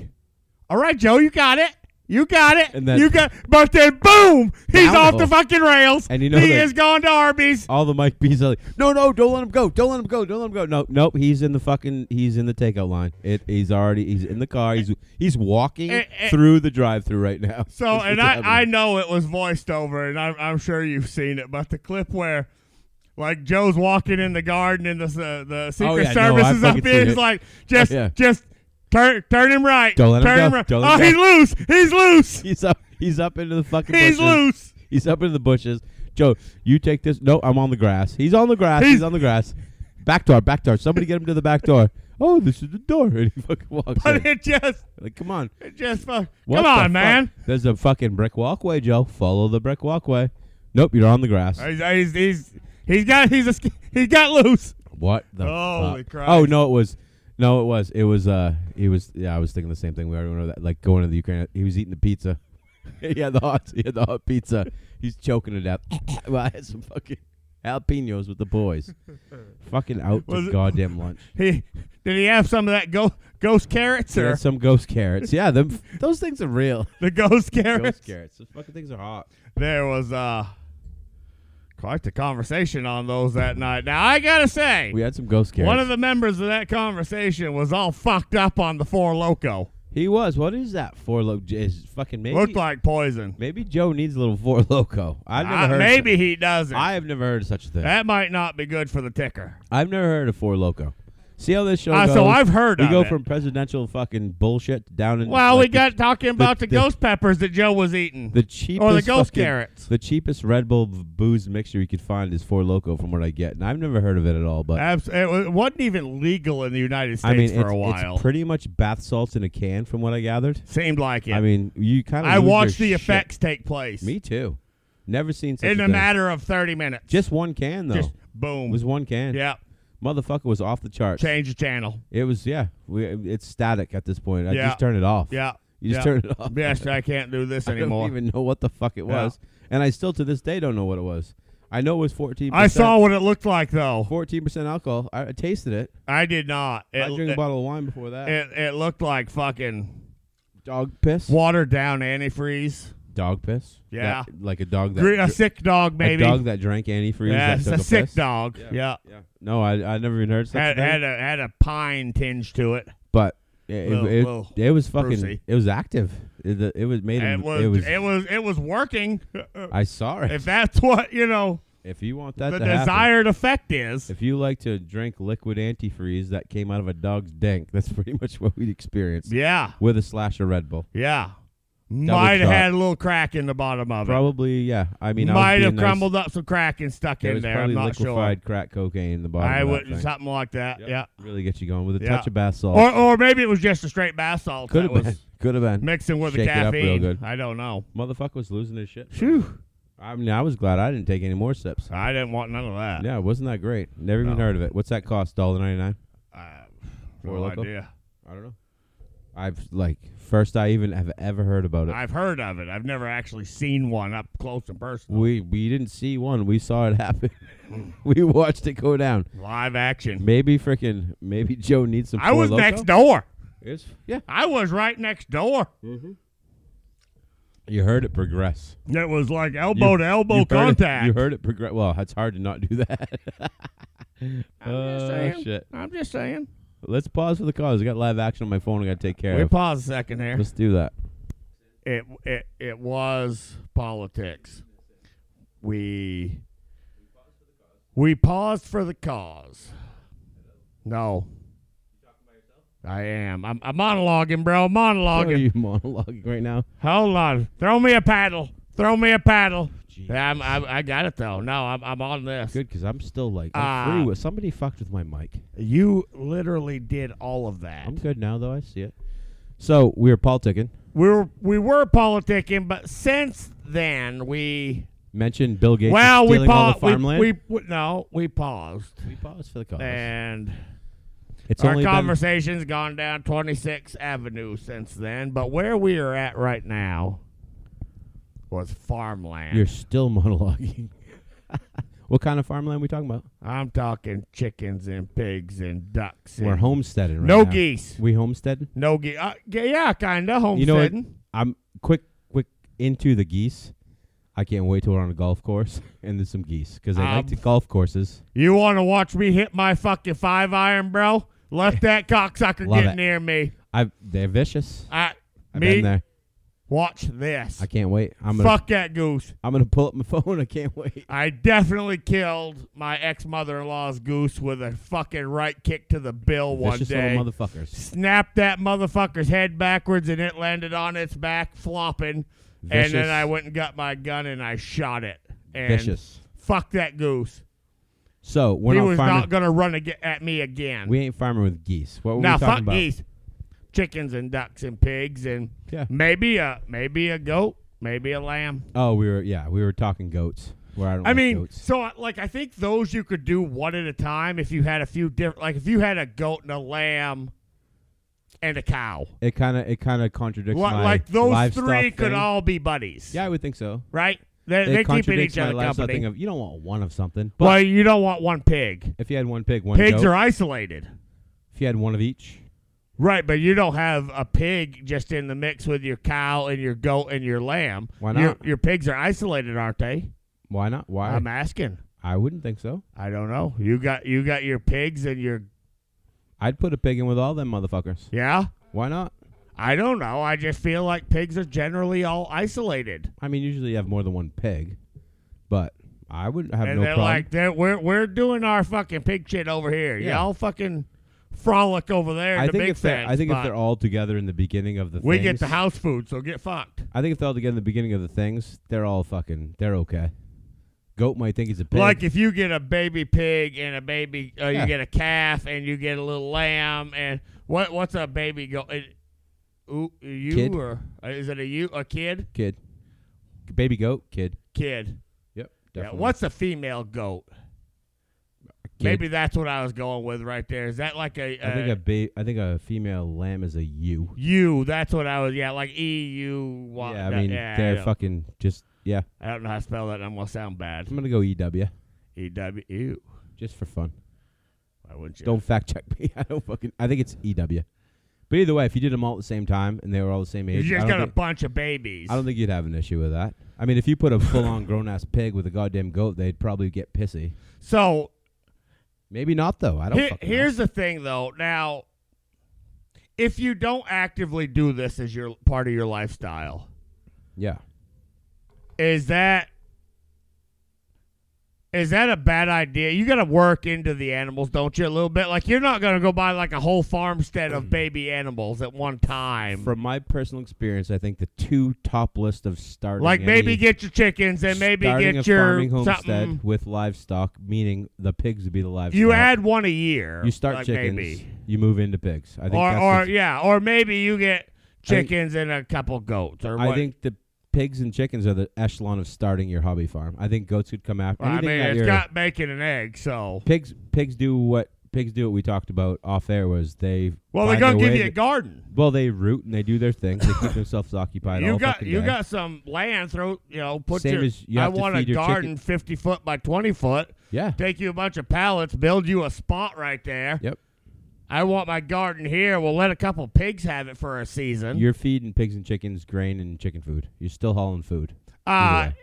Speaker 2: "All right, Joe, you got it." You got it.
Speaker 1: And then-
Speaker 2: you got, but then boom, he's
Speaker 1: Now-
Speaker 2: off the fucking rails.
Speaker 1: And you know
Speaker 2: he
Speaker 1: that-
Speaker 2: is gone to Arby's.
Speaker 1: all the Mike B's are like, no, no, don't let him go, don't let him go, don't let him go. No, nope, he's in the fucking, he's in the takeout line. It, he's already, he's in the car. He's he's walking
Speaker 2: Eh, eh.
Speaker 1: through the drive-through right now.
Speaker 2: So,
Speaker 1: That's
Speaker 2: and
Speaker 1: what's
Speaker 2: I, I
Speaker 1: happening.
Speaker 2: know it was voiced over, and I'm, I'm sure you've seen it, but the clip where, like, Joe's walking in the garden and the uh, the Secret
Speaker 1: Oh, yeah, no,
Speaker 2: Service
Speaker 1: I've
Speaker 2: is up
Speaker 1: fucking
Speaker 2: here.
Speaker 1: seen
Speaker 2: He's
Speaker 1: it.
Speaker 2: like, just,
Speaker 1: yeah.
Speaker 2: just turn, turn him right.
Speaker 1: Don't let him
Speaker 2: turn
Speaker 1: go.
Speaker 2: him right.
Speaker 1: Don't
Speaker 2: oh,
Speaker 1: let him
Speaker 2: he's loose. He's loose.
Speaker 1: he's up, he's up into the fucking.
Speaker 2: He's
Speaker 1: bushes.
Speaker 2: loose.
Speaker 1: He's up into the bushes. Joe, you take this. No, I'm on the grass. He's on the grass. He's,
Speaker 2: He's-
Speaker 1: on the grass. Back door, back door. Somebody get him to the back door. Oh, this is the door. And he fucking walks
Speaker 2: But
Speaker 1: in.
Speaker 2: it just,
Speaker 1: Like, come on.
Speaker 2: it just, fuck.
Speaker 1: What
Speaker 2: come
Speaker 1: the
Speaker 2: on,
Speaker 1: fuck?
Speaker 2: man.
Speaker 1: There's a fucking brick walkway, Joe. Follow the brick walkway. Nope, you're on the grass.
Speaker 2: He's, he's, he's, he's got, he's a, sk- he got loose.
Speaker 1: What the
Speaker 2: Holy
Speaker 1: fuck?
Speaker 2: Christ.
Speaker 1: Oh no, it was no, it was it was uh he was yeah, I was thinking the same thing. We already know that like going to the Ukraine. He was eating the pizza. he had the hot he had the hot pizza. He's choking it out. well, I had some fucking jalapenos with the boys. fucking out
Speaker 2: Was
Speaker 1: to
Speaker 2: it-
Speaker 1: goddamn lunch.
Speaker 2: He, did he have some of that go, ghost carrots
Speaker 1: They
Speaker 2: or
Speaker 1: had some ghost carrots. Yeah, them those things are real.
Speaker 2: the ghost carrots?
Speaker 1: ghost carrots. Those fucking things are hot.
Speaker 2: there was uh quite the conversation on those that night. Now I gotta say,
Speaker 1: We had some ghost carrots.
Speaker 2: one of the members of that conversation was all fucked up on the four loco.
Speaker 1: he was. What is that four loco? Is fucking maybe
Speaker 2: Looked like poison.
Speaker 1: maybe Joe needs a little four loco. I've never
Speaker 2: Uh,
Speaker 1: heard. of
Speaker 2: maybe he doesn't.
Speaker 1: such- I have never heard of such a thing.
Speaker 2: that might not be good for the ticker.
Speaker 1: I've never heard of Four Loco. See how this show
Speaker 2: Uh,
Speaker 1: goes.
Speaker 2: so I've heard
Speaker 1: we
Speaker 2: of
Speaker 1: go
Speaker 2: it.
Speaker 1: from presidential fucking bullshit down into
Speaker 2: Well,
Speaker 1: like
Speaker 2: we got talking about the,
Speaker 1: the-
Speaker 2: ghost peppers that Joe was eating.
Speaker 1: the, the cheapest
Speaker 2: or the ghost
Speaker 1: fucking-
Speaker 2: carrots.
Speaker 1: The cheapest Red Bull v- booze mixture you could find is Four Loco, from what I get, and I've never heard of it at all. But
Speaker 2: Abs- it wa- it wasn't even legal in the United States
Speaker 1: I mean,
Speaker 2: for
Speaker 1: it's,
Speaker 2: a while.
Speaker 1: it's pretty much bath salts in a can, from what I gathered.
Speaker 2: Seemed like it.
Speaker 1: I mean, you kind of.
Speaker 2: I watched the
Speaker 1: shit.
Speaker 2: effects take place
Speaker 1: Me too. Never seen such
Speaker 2: in
Speaker 1: a
Speaker 2: a
Speaker 1: thing.
Speaker 2: matter of thirty minutes.
Speaker 1: Just one can though.
Speaker 2: Just
Speaker 1: it
Speaker 2: boom.
Speaker 1: was one can.
Speaker 2: yeah.
Speaker 1: Motherfucker was off the charts.
Speaker 2: Change the channel.
Speaker 1: It was yeah. We, it's static at this point. I
Speaker 2: Yeah.
Speaker 1: just turn it off.
Speaker 2: Yeah.
Speaker 1: You just
Speaker 2: yeah.
Speaker 1: turn it off.
Speaker 2: Yes, I can't do this
Speaker 1: I
Speaker 2: anymore.
Speaker 1: don't even know what the fuck it
Speaker 2: Yeah.
Speaker 1: was, and I still to this day don't know what it was. I know it was fourteen.
Speaker 2: I saw what it looked like though.
Speaker 1: fourteen percent alcohol. I, I tasted it.
Speaker 2: I did not. It,
Speaker 1: I drank a
Speaker 2: it,
Speaker 1: bottle of wine before that.
Speaker 2: it, it looked like fucking
Speaker 1: Dog piss.
Speaker 2: watered down antifreeze.
Speaker 1: dog piss.
Speaker 2: Yeah.
Speaker 1: That- like a dog that
Speaker 2: Gre- a
Speaker 1: dr-
Speaker 2: sick dog,
Speaker 1: a
Speaker 2: maybe.
Speaker 1: dog that drank antifreeze.
Speaker 2: yeah,
Speaker 1: that
Speaker 2: it's
Speaker 1: took
Speaker 2: a sick
Speaker 1: piss.
Speaker 2: dog.
Speaker 1: Yeah.
Speaker 2: Yeah,
Speaker 1: Yeah. No, I I never even heard such
Speaker 2: Had,
Speaker 1: a thing.
Speaker 2: had a had a pine tinge to it.
Speaker 1: but it,
Speaker 2: Little-
Speaker 1: it,
Speaker 2: little
Speaker 1: it, it was fucking.
Speaker 2: Brucey.
Speaker 1: It was active. It, the- it was made.
Speaker 2: It
Speaker 1: him-
Speaker 2: was it was it was, working.
Speaker 1: I saw it.
Speaker 2: if that's what you know
Speaker 1: If you want that
Speaker 2: the
Speaker 1: to happen,
Speaker 2: desired effect is.
Speaker 1: if you like to drink liquid antifreeze that came out of a dog's dank, that's pretty much what we experienced
Speaker 2: Yeah,
Speaker 1: with a slash of Red Bull.
Speaker 2: yeah. Might have
Speaker 1: shot.
Speaker 2: had a little crack in the bottom of it.
Speaker 1: Probably, yeah. I mean, I was
Speaker 2: Might
Speaker 1: being
Speaker 2: have
Speaker 1: nice.
Speaker 2: crumbled up some crack and stuck
Speaker 1: There
Speaker 2: in
Speaker 1: was
Speaker 2: there.
Speaker 1: probably
Speaker 2: I'm not sure.
Speaker 1: liquefied crack cocaine in the bottom.
Speaker 2: I
Speaker 1: of that
Speaker 2: would
Speaker 1: thing.
Speaker 2: something like that.
Speaker 1: Yep.
Speaker 2: Yeah.
Speaker 1: really get you going with a
Speaker 2: Yeah.
Speaker 1: touch of bath salt.
Speaker 2: Or or maybe it was just a straight bath salt
Speaker 1: could
Speaker 2: that
Speaker 1: have been.
Speaker 2: was
Speaker 1: Could have been.
Speaker 2: mixing with the
Speaker 1: Shake it up real
Speaker 2: caffeine.
Speaker 1: good.
Speaker 2: I don't know.
Speaker 1: Motherfucker was losing his shit.
Speaker 2: Phew.
Speaker 1: I mean, I was glad I didn't take any more sips.
Speaker 2: I didn't want none of that.
Speaker 1: Yeah, it wasn't that great. Never even
Speaker 2: No.
Speaker 1: heard of it. What's that cost? Dollar ninety nine.
Speaker 2: Uh,
Speaker 1: Or
Speaker 2: no
Speaker 1: local?
Speaker 2: idea.
Speaker 1: I don't know. I've like first I even have ever heard about it.
Speaker 2: I've heard of it. I've never actually seen one up close and personal.
Speaker 1: we we didn't see one. We saw it happen.
Speaker 2: Hmm.
Speaker 1: we watched it go down.
Speaker 2: Live action.
Speaker 1: Maybe freaking maybe Joe needs some.
Speaker 2: I
Speaker 1: Four
Speaker 2: was
Speaker 1: Loko.
Speaker 2: next door.
Speaker 1: It's- yeah.
Speaker 2: I was right next door.
Speaker 1: You heard it progress.
Speaker 2: It was like elbow to elbow
Speaker 1: you heard it-
Speaker 2: contact.
Speaker 1: you heard it progress. Well, it's hard to not do that.
Speaker 2: I'm just
Speaker 1: Oh,
Speaker 2: saying.
Speaker 1: shit.
Speaker 2: I'm just saying.
Speaker 1: Let's pause for the cause. I got live action on my phone. I got to take care
Speaker 2: We
Speaker 1: of.
Speaker 2: pause a second here.
Speaker 1: Let's do that.
Speaker 2: it it it was politics. We we paused for the cause. No. I am. I'm, I'm monologuing, bro.
Speaker 1: What are
Speaker 2: Monologuing.
Speaker 1: you monologuing right now?
Speaker 2: Hold on. Throw me a paddle. Throw me a paddle.
Speaker 1: Jeez.
Speaker 2: Yeah, I'm, I'm, I got it though. No, I'm, I'm on this.
Speaker 1: Good, because I'm still like I'm
Speaker 2: Ah.
Speaker 1: free with somebody fucked with my mic.
Speaker 2: You literally did all of that.
Speaker 1: I'm good now though. I see it. So we were politicking.
Speaker 2: We were we were politicking, but since then we
Speaker 1: Mentioned Bill Gates. is
Speaker 2: well we
Speaker 1: stealing all the
Speaker 2: paused. We,
Speaker 1: farmland.
Speaker 2: we- we- no we paused.
Speaker 1: We paused for the cause.
Speaker 2: and
Speaker 1: it's
Speaker 2: Eh, our
Speaker 1: only been,
Speaker 2: conversation's gone down 26 Avenue since then. But where we are at right now was farmland.
Speaker 1: you're still monologuing. what kind of farmland we talking about?
Speaker 2: I'm talking chickens and pigs and ducks. And
Speaker 1: We're homesteading right
Speaker 2: no
Speaker 1: now.
Speaker 2: geese.
Speaker 1: We homesteading.
Speaker 2: No geese. Uh, g- yeah, kind of
Speaker 1: You know what?
Speaker 2: homesteading.
Speaker 1: I'm quick, quick into the geese. I can't wait till we're on a golf course and there's some geese because I like
Speaker 2: Um,
Speaker 1: to golf courses.
Speaker 2: You want to watch me hit my fucking five iron, bro? Let that cocksucker
Speaker 1: Love
Speaker 2: get
Speaker 1: it.
Speaker 2: near me.
Speaker 1: I they're vicious.
Speaker 2: I,
Speaker 1: I've
Speaker 2: me,
Speaker 1: been there.
Speaker 2: watch this.
Speaker 1: I can't wait. I'm gonna
Speaker 2: Fuck that goose.
Speaker 1: I'm gonna pull up my phone. I can't wait.
Speaker 2: I definitely killed my ex mother in law's goose with a fucking right kick to the bill one
Speaker 1: vicious
Speaker 2: day.
Speaker 1: little motherfuckers.
Speaker 2: Snapped that motherfucker's head backwards and it landed on its back, flopping.
Speaker 1: Vicious.
Speaker 2: And then I went and got my gun and I shot it. And
Speaker 1: Vicious.
Speaker 2: fuck that goose.
Speaker 1: So we're
Speaker 2: he
Speaker 1: not
Speaker 2: was
Speaker 1: farming.
Speaker 2: not going to run ag- at me again.
Speaker 1: we ain't farming with geese. What were
Speaker 2: now,
Speaker 1: we
Speaker 2: fuck
Speaker 1: talking about?
Speaker 2: geese, chickens and ducks and pigs and
Speaker 1: Yeah.
Speaker 2: maybe a maybe a goat, maybe a lamb.
Speaker 1: Oh, we were yeah, we were talking goats. Where I don't.
Speaker 2: I
Speaker 1: like
Speaker 2: mean,
Speaker 1: Oh, goats.
Speaker 2: so like I think those you could do one at a time if you had a few different, like if you had a goat and a lamb and a cow,
Speaker 1: it kind of it kind of contradicts
Speaker 2: Li-
Speaker 1: my
Speaker 2: like those
Speaker 1: livestock
Speaker 2: three could
Speaker 1: thing.
Speaker 2: all be buddies,
Speaker 1: Yeah, I would think so.
Speaker 2: right? They,
Speaker 1: it
Speaker 2: they keep in
Speaker 1: contradicts
Speaker 2: each
Speaker 1: my
Speaker 2: other
Speaker 1: livestock
Speaker 2: company.
Speaker 1: thing of you don't want one of something. But
Speaker 2: well, you don't want one pig.
Speaker 1: if you had one pig, one
Speaker 2: Pigs
Speaker 1: goat,
Speaker 2: are isolated,
Speaker 1: if you had one of each,
Speaker 2: right? But you don't have a pig just in the mix with your cow and your goat and your lamb.
Speaker 1: Why
Speaker 2: Your,
Speaker 1: not?
Speaker 2: your pigs are isolated, aren't they?
Speaker 1: why not? Why?
Speaker 2: I'm asking.
Speaker 1: I wouldn't think so.
Speaker 2: I don't know. You got you got your pigs and your
Speaker 1: I'd put a pig in with all them motherfuckers.
Speaker 2: yeah.
Speaker 1: Why not?
Speaker 2: I don't know. I just feel like pigs are generally all isolated,
Speaker 1: I mean, usually you have more than one pig, but I would have
Speaker 2: and
Speaker 1: no
Speaker 2: they're
Speaker 1: problem.
Speaker 2: like, they're, "We're we're doing our fucking pig shit over here.
Speaker 1: Yeah.
Speaker 2: Y'all fucking frolic over there." in
Speaker 1: I
Speaker 2: the
Speaker 1: think
Speaker 2: big
Speaker 1: if they're, I
Speaker 2: fence,
Speaker 1: think if
Speaker 2: but
Speaker 1: they're all together in the beginning of the
Speaker 2: we
Speaker 1: things,
Speaker 2: get the house food, so get fucked.
Speaker 1: I think if they're all together in the beginning of the things, they're all fucking they're okay. Goat might think he's a pig.
Speaker 2: Like if you get a baby pig and a baby, uh,
Speaker 1: Yeah.
Speaker 2: you get a calf and you get a little lamb, and what what's a baby go? It, ooh, you
Speaker 1: Kid.
Speaker 2: or uh, is it a you a kid?
Speaker 1: kid, baby goat, kid.
Speaker 2: Kid.
Speaker 1: Yep.
Speaker 2: Yeah,
Speaker 1: Definitely.
Speaker 2: what's a female goat?
Speaker 1: Kid.
Speaker 2: Maybe that's what I was going with right there. Is that like a?
Speaker 1: I think
Speaker 2: uh,
Speaker 1: a ba- I think a female lamb is a ewe.
Speaker 2: You, that's what I was. Yeah, like E U. Y-
Speaker 1: yeah, I mean they're
Speaker 2: I, don't,
Speaker 1: fucking just yeah.
Speaker 2: I don't know how to spell that. I'm gonna sound bad.
Speaker 1: I'm gonna go EW
Speaker 2: E W U.
Speaker 1: just for fun.
Speaker 2: Why wouldn't you?
Speaker 1: Don't fact check me. I don't fucking. I think it's EW E But either way, if you did them all at the same time and they were all the same
Speaker 2: You
Speaker 1: age,
Speaker 2: just
Speaker 1: I,
Speaker 2: got
Speaker 1: don't
Speaker 2: a
Speaker 1: think,
Speaker 2: bunch of babies.
Speaker 1: I don't think you'd have an issue with that. I mean, if you put a full-on grown-ass pig with a goddamn goat, they'd probably get pissy.
Speaker 2: so
Speaker 1: Maybe not though. I don't.
Speaker 2: Here-
Speaker 1: fucking know.
Speaker 2: here's the thing, though. Now, if you don't actively do this as your part of your lifestyle,
Speaker 1: yeah.
Speaker 2: is that is that a bad idea? You got to work into the animals, don't you? A little bit. Like you're not going to go buy like a whole farmstead
Speaker 1: Mm.
Speaker 2: of baby animals at one time.
Speaker 1: From my personal experience, I think the two top list of starting
Speaker 2: like maybe
Speaker 1: any-
Speaker 2: get your chickens and maybe
Speaker 1: starting
Speaker 2: get
Speaker 1: a
Speaker 2: your
Speaker 1: farming homestead
Speaker 2: something.
Speaker 1: with livestock, meaning the pigs would be the livestock.
Speaker 2: You add one a year.
Speaker 1: you start
Speaker 2: like
Speaker 1: chickens,
Speaker 2: maybe.
Speaker 1: you move into pigs. I think
Speaker 2: or
Speaker 1: that's
Speaker 2: or
Speaker 1: the-
Speaker 2: yeah, or maybe you get
Speaker 1: think-
Speaker 2: chickens and a couple goats or
Speaker 1: I
Speaker 2: what-
Speaker 1: think the pigs and chickens are the echelon of starting your hobby farm. I think goats could come after.
Speaker 2: Well, I
Speaker 1: anything
Speaker 2: mean,
Speaker 1: that
Speaker 2: it's
Speaker 1: you're-
Speaker 2: got bacon and egg, so.
Speaker 1: pigs. Pigs do what pigs do. What we talked about off air was they.
Speaker 2: Well, they're
Speaker 1: find
Speaker 2: gonna
Speaker 1: their
Speaker 2: give
Speaker 1: way
Speaker 2: you a
Speaker 1: to-
Speaker 2: garden.
Speaker 1: well, they root and they do their thing. They keep themselves occupied.
Speaker 2: You
Speaker 1: all
Speaker 2: got
Speaker 1: fucking
Speaker 2: you
Speaker 1: day.
Speaker 2: got some land. Throw you know, put
Speaker 1: Same
Speaker 2: your.
Speaker 1: as you
Speaker 2: I
Speaker 1: have to
Speaker 2: want
Speaker 1: feed
Speaker 2: a
Speaker 1: your chicken-
Speaker 2: garden fifty foot by twenty foot.
Speaker 1: yeah.
Speaker 2: Take you a bunch of pallets, build you a spot right there.
Speaker 1: Yep.
Speaker 2: I want my garden here. We'll let a couple pigs have it for a season.
Speaker 1: You're feeding pigs and chickens grain and chicken food. You're still hauling food.
Speaker 2: uh,
Speaker 1: either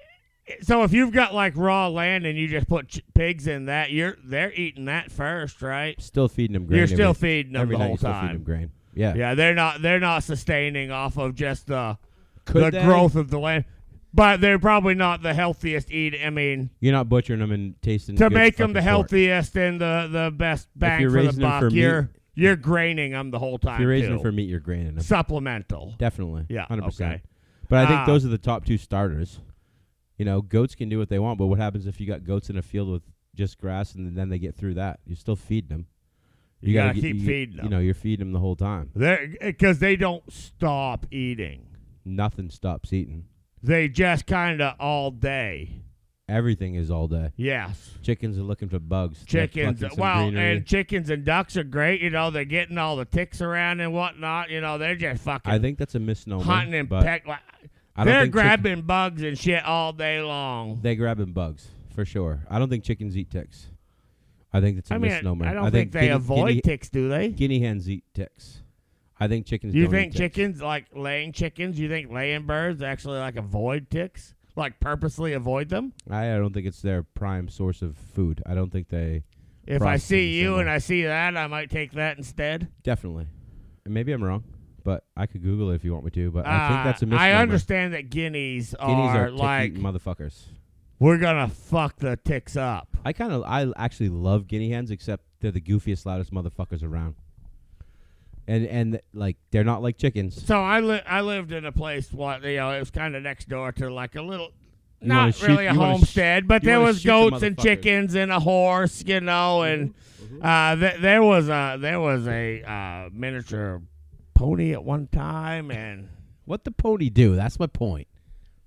Speaker 2: so if you've got like raw land and you just put ch- pigs in that, you're they're eating that first, right?
Speaker 1: Still feeding them grain.
Speaker 2: You're still
Speaker 1: every,
Speaker 2: feeding them
Speaker 1: every
Speaker 2: the
Speaker 1: night
Speaker 2: whole
Speaker 1: you're still feeding them
Speaker 2: time.
Speaker 1: grain. Yeah.
Speaker 2: Yeah, they're not they're not sustaining off of just the
Speaker 1: Could
Speaker 2: the
Speaker 1: they?
Speaker 2: growth of the land. But they're probably not the healthiest eat. I mean,
Speaker 1: You're not butchering them and tasting.
Speaker 2: to
Speaker 1: good
Speaker 2: make them the
Speaker 1: fucking pork.
Speaker 2: healthiest and the, the best bang
Speaker 1: you're
Speaker 2: for the
Speaker 1: raising 'em
Speaker 2: buck,
Speaker 1: for meat-
Speaker 2: you're you're graining them the whole time.
Speaker 1: If you're raising them
Speaker 2: too.
Speaker 1: for meat, you're graining them.
Speaker 2: supplemental.
Speaker 1: Definitely.
Speaker 2: Yeah,
Speaker 1: Hundred
Speaker 2: okay.
Speaker 1: percent. But I think
Speaker 2: Ah.
Speaker 1: those are the top two starters. You know, goats can do what they want, but what happens if you got goats in a field with just grass and then they get through that? You're still feeding them.
Speaker 2: You, gotta,
Speaker 1: get-
Speaker 2: keep
Speaker 1: you-
Speaker 2: feeding
Speaker 1: You
Speaker 2: them.
Speaker 1: know, you're feeding them the whole time.
Speaker 2: because they don't stop eating.
Speaker 1: Nothing stops eating.
Speaker 2: They just kind of all day.
Speaker 1: Everything is all day.
Speaker 2: Yes.
Speaker 1: Chickens are looking for bugs. They're
Speaker 2: Chickens,
Speaker 1: plucking some
Speaker 2: well,
Speaker 1: greenery.
Speaker 2: and chickens and ducks are great. You know, they're getting all the ticks around and whatnot. You know, they're just fucking
Speaker 1: I think that's a misnomer.
Speaker 2: hunting and
Speaker 1: but
Speaker 2: peck. Like,
Speaker 1: I don't
Speaker 2: they're
Speaker 1: think chick-
Speaker 2: grabbing bugs and shit all day long.
Speaker 1: they grabbing bugs for sure. I don't think chickens eat ticks. I think that's a
Speaker 2: I mean,
Speaker 1: misnomer.
Speaker 2: I don't
Speaker 1: think,
Speaker 2: think, they
Speaker 1: guinea-
Speaker 2: avoid
Speaker 1: guinea-
Speaker 2: ticks, do they?
Speaker 1: guinea hens eat ticks. I think chickens.
Speaker 2: you
Speaker 1: don't eat
Speaker 2: think
Speaker 1: ticks.
Speaker 2: chickens, like laying chickens, you think laying birds actually like avoid ticks? Like purposely avoid them?
Speaker 1: I I don't think it's their prime source of food. I don't think they
Speaker 2: If I
Speaker 1: Process
Speaker 2: see
Speaker 1: the
Speaker 2: you
Speaker 1: same
Speaker 2: and
Speaker 1: way.
Speaker 2: I see that, I might take that instead.
Speaker 1: definitely. And maybe I'm wrong, but I could Google it if you want me to. But I think
Speaker 2: Uh,
Speaker 1: that's a misnomer.
Speaker 2: I understand that guineas are,
Speaker 1: Guineas are,
Speaker 2: like,
Speaker 1: tick-eating motherfuckers.
Speaker 2: we're going to fuck the ticks up.
Speaker 1: I kind of I actually love guinea hens, except they're the goofiest, loudest motherfuckers around. And and like they're not like chickens.
Speaker 2: So I, li- I lived in a place, what, you know, it was kind of next door to like a little,
Speaker 1: You wanna
Speaker 2: not
Speaker 1: shoot-
Speaker 2: really a
Speaker 1: you wanna sh-
Speaker 2: homestead, but
Speaker 1: you
Speaker 2: there
Speaker 1: wanna
Speaker 2: was
Speaker 1: shoot the Mm-hmm,
Speaker 2: goats and
Speaker 1: motherfuckers.
Speaker 2: chickens and a horse, you know, and uh, th- there was a there was a uh, miniature pony at one time and
Speaker 1: What the pony do? That's my point.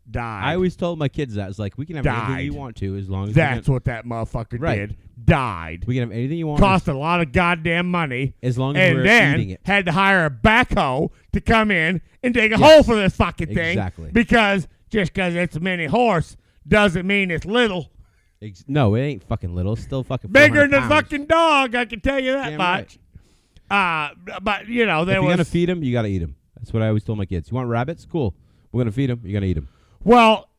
Speaker 2: died.
Speaker 1: I always told my kids that. It's like we can have anything you
Speaker 2: Died.
Speaker 1: want to as long as
Speaker 2: That's
Speaker 1: we,
Speaker 2: what that motherfucker
Speaker 1: Right.
Speaker 2: did. Died.
Speaker 1: can, we can have anything you want
Speaker 2: Cost a lot of goddamn money,
Speaker 1: as long as we're
Speaker 2: and
Speaker 1: eating
Speaker 2: then
Speaker 1: it.
Speaker 2: had to hire a backhoe to come in and dig a
Speaker 1: Yes.
Speaker 2: hole for this fucking thing.
Speaker 1: Exactly.
Speaker 2: Because just because it's a mini horse doesn't mean it's little.
Speaker 1: Ex- no, it ain't fucking little. It's still fucking
Speaker 2: Bigger
Speaker 1: 400
Speaker 2: than a
Speaker 1: pounds.
Speaker 2: fucking dog, I can tell you that
Speaker 1: Damn right.
Speaker 2: much. Uh, but you know there
Speaker 1: if you're
Speaker 2: was
Speaker 1: gonna feed them, you gotta eat them. That's what I always told my kids. You want rabbits? Cool. We're gonna feed them. You gotta eat them.
Speaker 2: well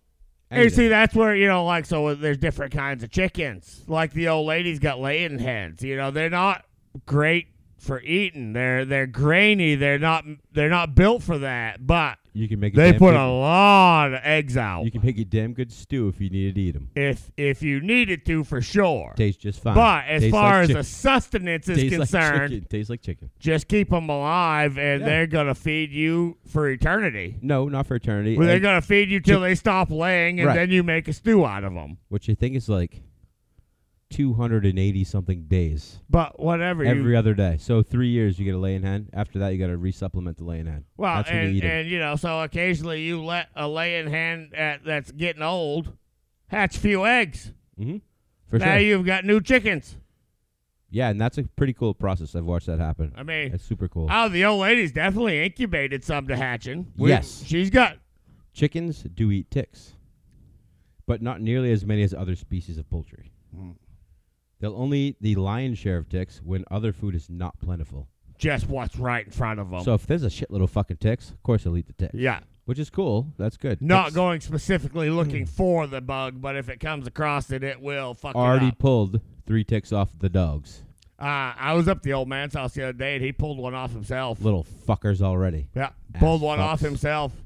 Speaker 2: And you see, that's where you know, like, so there's different kinds of chickens. Like the old lady's got laying hens. You know, they're not great for eating. They're they're grainy. They're not they're not built for that. But
Speaker 1: you can make. A
Speaker 2: they
Speaker 1: damn
Speaker 2: put
Speaker 1: good,
Speaker 2: a lot of eggs out
Speaker 1: You can make a damn good stew if you needed to eat them.
Speaker 2: if if you needed to for sure.
Speaker 1: Tastes just fine.
Speaker 2: But as
Speaker 1: Tastes
Speaker 2: far
Speaker 1: like
Speaker 2: as
Speaker 1: chick-
Speaker 2: the sustenance is
Speaker 1: tastes like
Speaker 2: concerned,
Speaker 1: chicken. tastes like chicken.
Speaker 2: just keep them alive, and
Speaker 1: Yeah.
Speaker 2: they're gonna feed you for eternity.
Speaker 1: No, not for eternity.
Speaker 2: Well, they're
Speaker 1: And
Speaker 2: gonna feed you till they stop laying, and
Speaker 1: Right.
Speaker 2: then you make a stew out of them.
Speaker 1: Which I think is like two hundred and eighty something days
Speaker 2: But whatever you
Speaker 1: every other day. So three years you get a laying hen. After that you got to resupplement the laying hen.
Speaker 2: Well,
Speaker 1: That's when you
Speaker 2: and,
Speaker 1: eat 'em.
Speaker 2: and you know, so occasionally you let a laying hen at, that's getting old hatch a few eggs.
Speaker 1: Mm-hmm. For
Speaker 2: now
Speaker 1: sure.
Speaker 2: you've got new chickens.
Speaker 1: yeah, and that's a pretty cool process. I've watched that happen.
Speaker 2: I mean,
Speaker 1: That's super cool.
Speaker 2: oh, the old lady's definitely incubated some to hatching. We-
Speaker 1: Yes.
Speaker 2: she's got.
Speaker 1: Chickens do eat ticks, but not nearly as many as other species of
Speaker 2: Hmm.
Speaker 1: poultry. They'll only eat the lion's share of ticks when other food is not plentiful.
Speaker 2: just what's right in front of them.
Speaker 1: So if there's a shitload of fucking ticks, of course he'll eat the tick.
Speaker 2: yeah.
Speaker 1: Which is cool. That's good.
Speaker 2: Not
Speaker 1: Ticks
Speaker 2: going specifically
Speaker 1: Hmm.
Speaker 2: looking for the bug, but if it comes across it, it will fuck
Speaker 1: Already
Speaker 2: it up.
Speaker 1: pulled three ticks off the dogs.
Speaker 2: Uh, I was up at the old man's house the other day, and he pulled one off himself.
Speaker 1: Little fuckers already.
Speaker 2: Yeah,
Speaker 1: Ass
Speaker 2: pulled one off
Speaker 1: fucks.
Speaker 2: himself.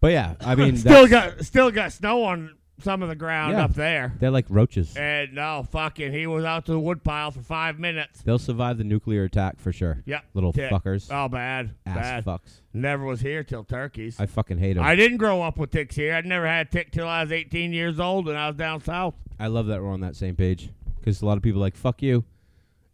Speaker 1: But yeah, I mean,
Speaker 2: Still
Speaker 1: that's-
Speaker 2: got still got snow on some of the ground
Speaker 1: Yeah.
Speaker 2: up there.
Speaker 1: they're like roaches.
Speaker 2: And no, fucking, he was out to the wood pile for five minutes.
Speaker 1: They'll survive the nuclear attack for sure.
Speaker 2: Yeah,
Speaker 1: Little
Speaker 2: tick.
Speaker 1: fuckers.
Speaker 2: Oh, bad,
Speaker 1: Ass
Speaker 2: bad.
Speaker 1: fucks.
Speaker 2: Never was here till turkeys.
Speaker 1: I fucking hate them.
Speaker 2: I
Speaker 1: I,
Speaker 2: didn't grow up with ticks here. I never had tick till I was 18 years old, and I was down south.
Speaker 1: love that we're on that same page because a lot of people are like fuck you,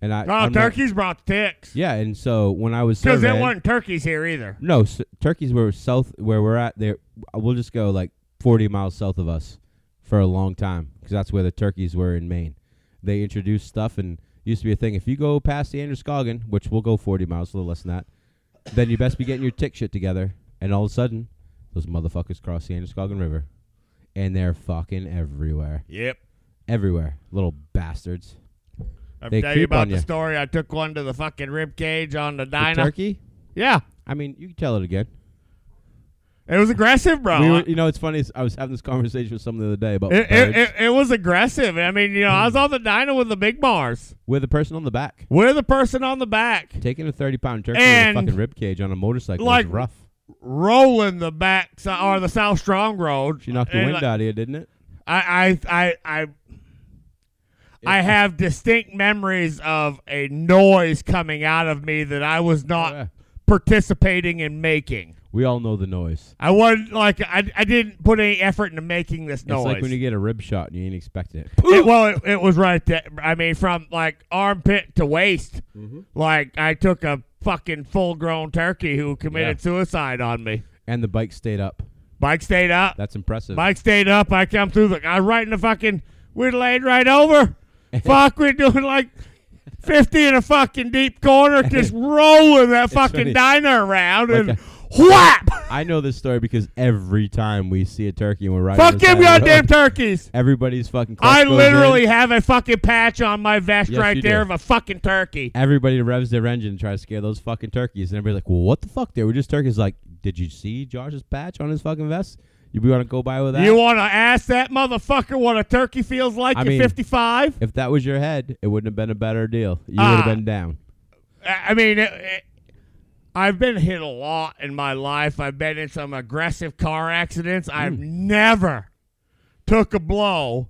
Speaker 1: and I.
Speaker 2: Oh,
Speaker 1: I'm not-
Speaker 2: turkeys brought ticks
Speaker 1: yeah, and so when I was
Speaker 2: because there
Speaker 1: surveying-
Speaker 2: weren't turkeys here either.
Speaker 1: No, s turkeys were south where we're at. There, we'll just go like 40 miles south of us for a long time because that's where the turkeys were in Maine. They introduced stuff and it used to be a thing. If you go past the Androscoggin, which we'll go 40 miles, a little less than that, then you best be getting your tick shit together. And all of a sudden, those motherfuckers cross the Androscoggin River, and they're fucking everywhere,
Speaker 2: Yep.
Speaker 1: everywhere, little bastards.
Speaker 2: I've
Speaker 1: They
Speaker 2: tell you
Speaker 1: creep on
Speaker 2: about the
Speaker 1: ya.
Speaker 2: story. I took one to the fucking rib cage on the
Speaker 1: The
Speaker 2: diner.
Speaker 1: turkey?
Speaker 2: yeah,
Speaker 1: I mean, you can tell it again.
Speaker 2: it was aggressive, bro.
Speaker 1: We were- you know, it's funny. is I was having this conversation with someone the other day about
Speaker 2: it,
Speaker 1: birds.
Speaker 2: it, it, it was aggressive. I mean, you know, I was on the diner with the big bars.
Speaker 1: with a person on the back.
Speaker 2: We're the person on the back
Speaker 1: Taking a thirty pound turkey
Speaker 2: And-
Speaker 1: on a fucking rib cage on a motorcycle
Speaker 2: Like-
Speaker 1: was rough.
Speaker 2: rolling the back si- or the South Strong Road.
Speaker 1: She knocked the
Speaker 2: And,
Speaker 1: wind
Speaker 2: eh, like,
Speaker 1: out of you, didn't it?
Speaker 2: I I I I I have distinct memories of a noise coming out of me that I was not
Speaker 1: Yeah.
Speaker 2: participating in making.
Speaker 1: We all know the noise.
Speaker 2: I wasn't like I, I didn't put any effort into making this
Speaker 1: It's
Speaker 2: noise.
Speaker 1: like when you get a rib shot and you ain't expecting it.
Speaker 2: It- well, it, it was right there. I mean, from like armpit to waist. Like I took a fucking full-grown turkey who committed
Speaker 1: Yeah.
Speaker 2: suicide on me.
Speaker 1: And the bike stayed up.
Speaker 2: Bike stayed up.
Speaker 1: That's impressive.
Speaker 2: Mike stayed up. I come through the. I was right in the fucking. We're laid right over. Fuck, we're doing like fifty in a fucking deep corner, just rolling that fucking
Speaker 1: funny.
Speaker 2: diner around and
Speaker 1: Like
Speaker 2: whap.
Speaker 1: I know this story because every time we see a turkey and we're riding,
Speaker 2: Fuck
Speaker 1: the side
Speaker 2: them
Speaker 1: of the
Speaker 2: goddamn
Speaker 1: road,
Speaker 2: turkeys.
Speaker 1: Everybody's fucking. clutch
Speaker 2: I
Speaker 1: goes
Speaker 2: literally
Speaker 1: in.
Speaker 2: have a fucking patch on my vest
Speaker 1: Yes,
Speaker 2: right
Speaker 1: you
Speaker 2: there
Speaker 1: do.
Speaker 2: of a fucking turkey.
Speaker 1: Everybody revs their engine and tries to scare those fucking turkeys, and everybody's like, "Well, what the fuck? They were just turkeys." Like, did you see Josh's patch on his fucking vest? You want to go by with that?
Speaker 2: You want to ask that motherfucker what a turkey feels like
Speaker 1: I
Speaker 2: at
Speaker 1: mean-
Speaker 2: 55?
Speaker 1: if that was your head, it wouldn't have been a better deal. You would
Speaker 2: Ah.
Speaker 1: have been down.
Speaker 2: I I mean, it, it, I've been hit a lot in my life. I've been in some aggressive car accidents. I've
Speaker 1: Hmm.
Speaker 2: never took a blow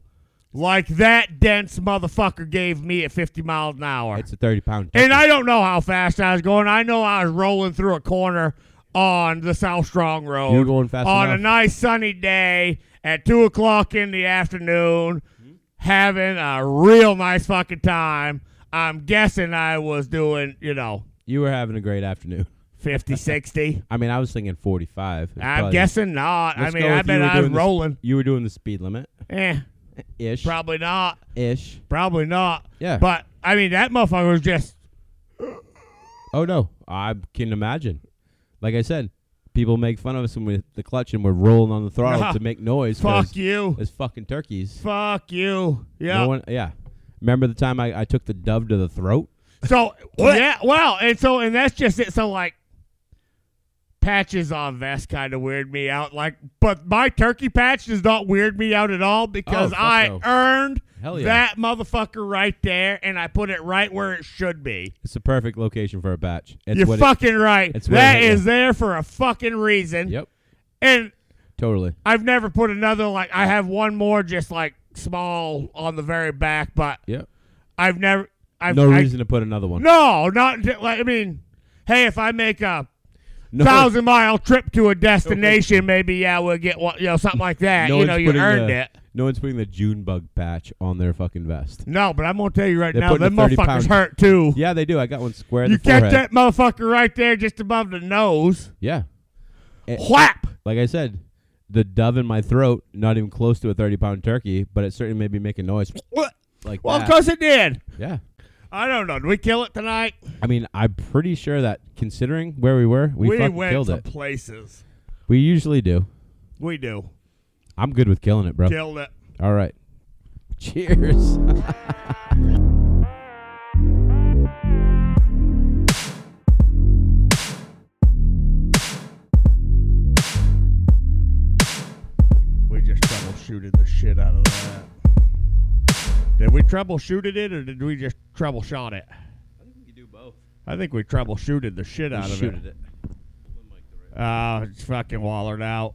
Speaker 2: like that dense motherfucker gave me at 50 miles an hour.
Speaker 1: It's a thirty pound.
Speaker 2: and I don't know how fast I was going. I know I was rolling through a corner on the South Strong Road
Speaker 1: You're going fast
Speaker 2: on
Speaker 1: enough.
Speaker 2: a nice sunny day at two o'clock in the afternoon, having a real nice fucking time. I'm guessing I was doing, you know,
Speaker 1: you were having a great afternoon.
Speaker 2: 50, 60.
Speaker 1: I mean, I was thinking 45. It's
Speaker 2: I'm
Speaker 1: probably-
Speaker 2: guessing not.
Speaker 1: Let's
Speaker 2: I mean,
Speaker 1: go
Speaker 2: I
Speaker 1: with you
Speaker 2: bet
Speaker 1: were
Speaker 2: I was
Speaker 1: doing the s-
Speaker 2: rolling.
Speaker 1: You were doing the speed limit.
Speaker 2: Eh,
Speaker 1: Ish.
Speaker 2: probably not.
Speaker 1: Ish.
Speaker 2: Probably not.
Speaker 1: Yeah.
Speaker 2: But, I mean, that motherfucker was just,
Speaker 1: Oh, no. I can imagine. Like I said, people make fun of us when we're the clutch and we're rolling on the throttle
Speaker 2: Ah,
Speaker 1: to make noise. 'cause
Speaker 2: fuck you.
Speaker 1: It's fucking turkeys.
Speaker 2: Fuck you. Yeah.
Speaker 1: No one, yeah. Remember the time I, I took the dove to the throat?
Speaker 2: So yeah, well, and so and that's just it. So like patches on vests kind of weird me out. Like, but my turkey patch does not weird me out at all because
Speaker 1: Oh, fuck
Speaker 2: I
Speaker 1: no.
Speaker 2: earned
Speaker 1: Hell yeah.
Speaker 2: that motherfucker right there, and I put it right where it should be.
Speaker 1: It's the perfect location for a batch. It's
Speaker 2: You're
Speaker 1: what it-
Speaker 2: fucking right.
Speaker 1: it's what it
Speaker 2: That
Speaker 1: hit, yeah.
Speaker 2: is there for a fucking reason.
Speaker 1: yep.
Speaker 2: And
Speaker 1: Totally.
Speaker 2: I've never put another like I have one more just like small on the very back, but
Speaker 1: Yep.
Speaker 2: I've never. I've,
Speaker 1: no
Speaker 2: I-
Speaker 1: reason to put another one.
Speaker 2: No, not like I mean, hey, if I make a
Speaker 1: No.
Speaker 2: thousand mile trip to a destination, maybe yeah, we'll get one, you know something like that.
Speaker 1: No uh,
Speaker 2: you know,
Speaker 1: one's
Speaker 2: you
Speaker 1: putting
Speaker 2: earned
Speaker 1: the-
Speaker 2: it.
Speaker 1: No one's putting the June bug patch on their fucking vest.
Speaker 2: No, but I'm gonna tell you right
Speaker 1: They're
Speaker 2: now,
Speaker 1: putting
Speaker 2: them
Speaker 1: a 30
Speaker 2: motherfuckers
Speaker 1: pound-
Speaker 2: hurt too.
Speaker 1: Yeah, they do. I got one square. in
Speaker 2: you
Speaker 1: the
Speaker 2: catch
Speaker 1: forehead.
Speaker 2: that motherfucker right there, just above the nose.
Speaker 1: Yeah, It-
Speaker 2: Whap!
Speaker 1: like I said, the dove in my throat, not even close to a thirty-pound turkey, but it certainly made me make a noise
Speaker 2: What?
Speaker 1: like
Speaker 2: Well, of
Speaker 1: that.
Speaker 2: course it did.
Speaker 1: Yeah,
Speaker 2: I don't know. Did we kill it tonight?
Speaker 1: I mean, I'm pretty sure that considering where we were, we, fucking
Speaker 2: went
Speaker 1: killed
Speaker 2: to
Speaker 1: it.
Speaker 2: places.
Speaker 1: We usually do.
Speaker 2: We do.
Speaker 1: I'm good with killing it, bro.
Speaker 2: Killed it.
Speaker 1: All right. Cheers.
Speaker 2: beat the shit out of that. Did we troubleshooted it or did we just troubleshot it?
Speaker 1: I think we can do both.
Speaker 2: I think we troubleshooted the shit out of it.
Speaker 1: it.
Speaker 2: Uh, it's fucking wallered out.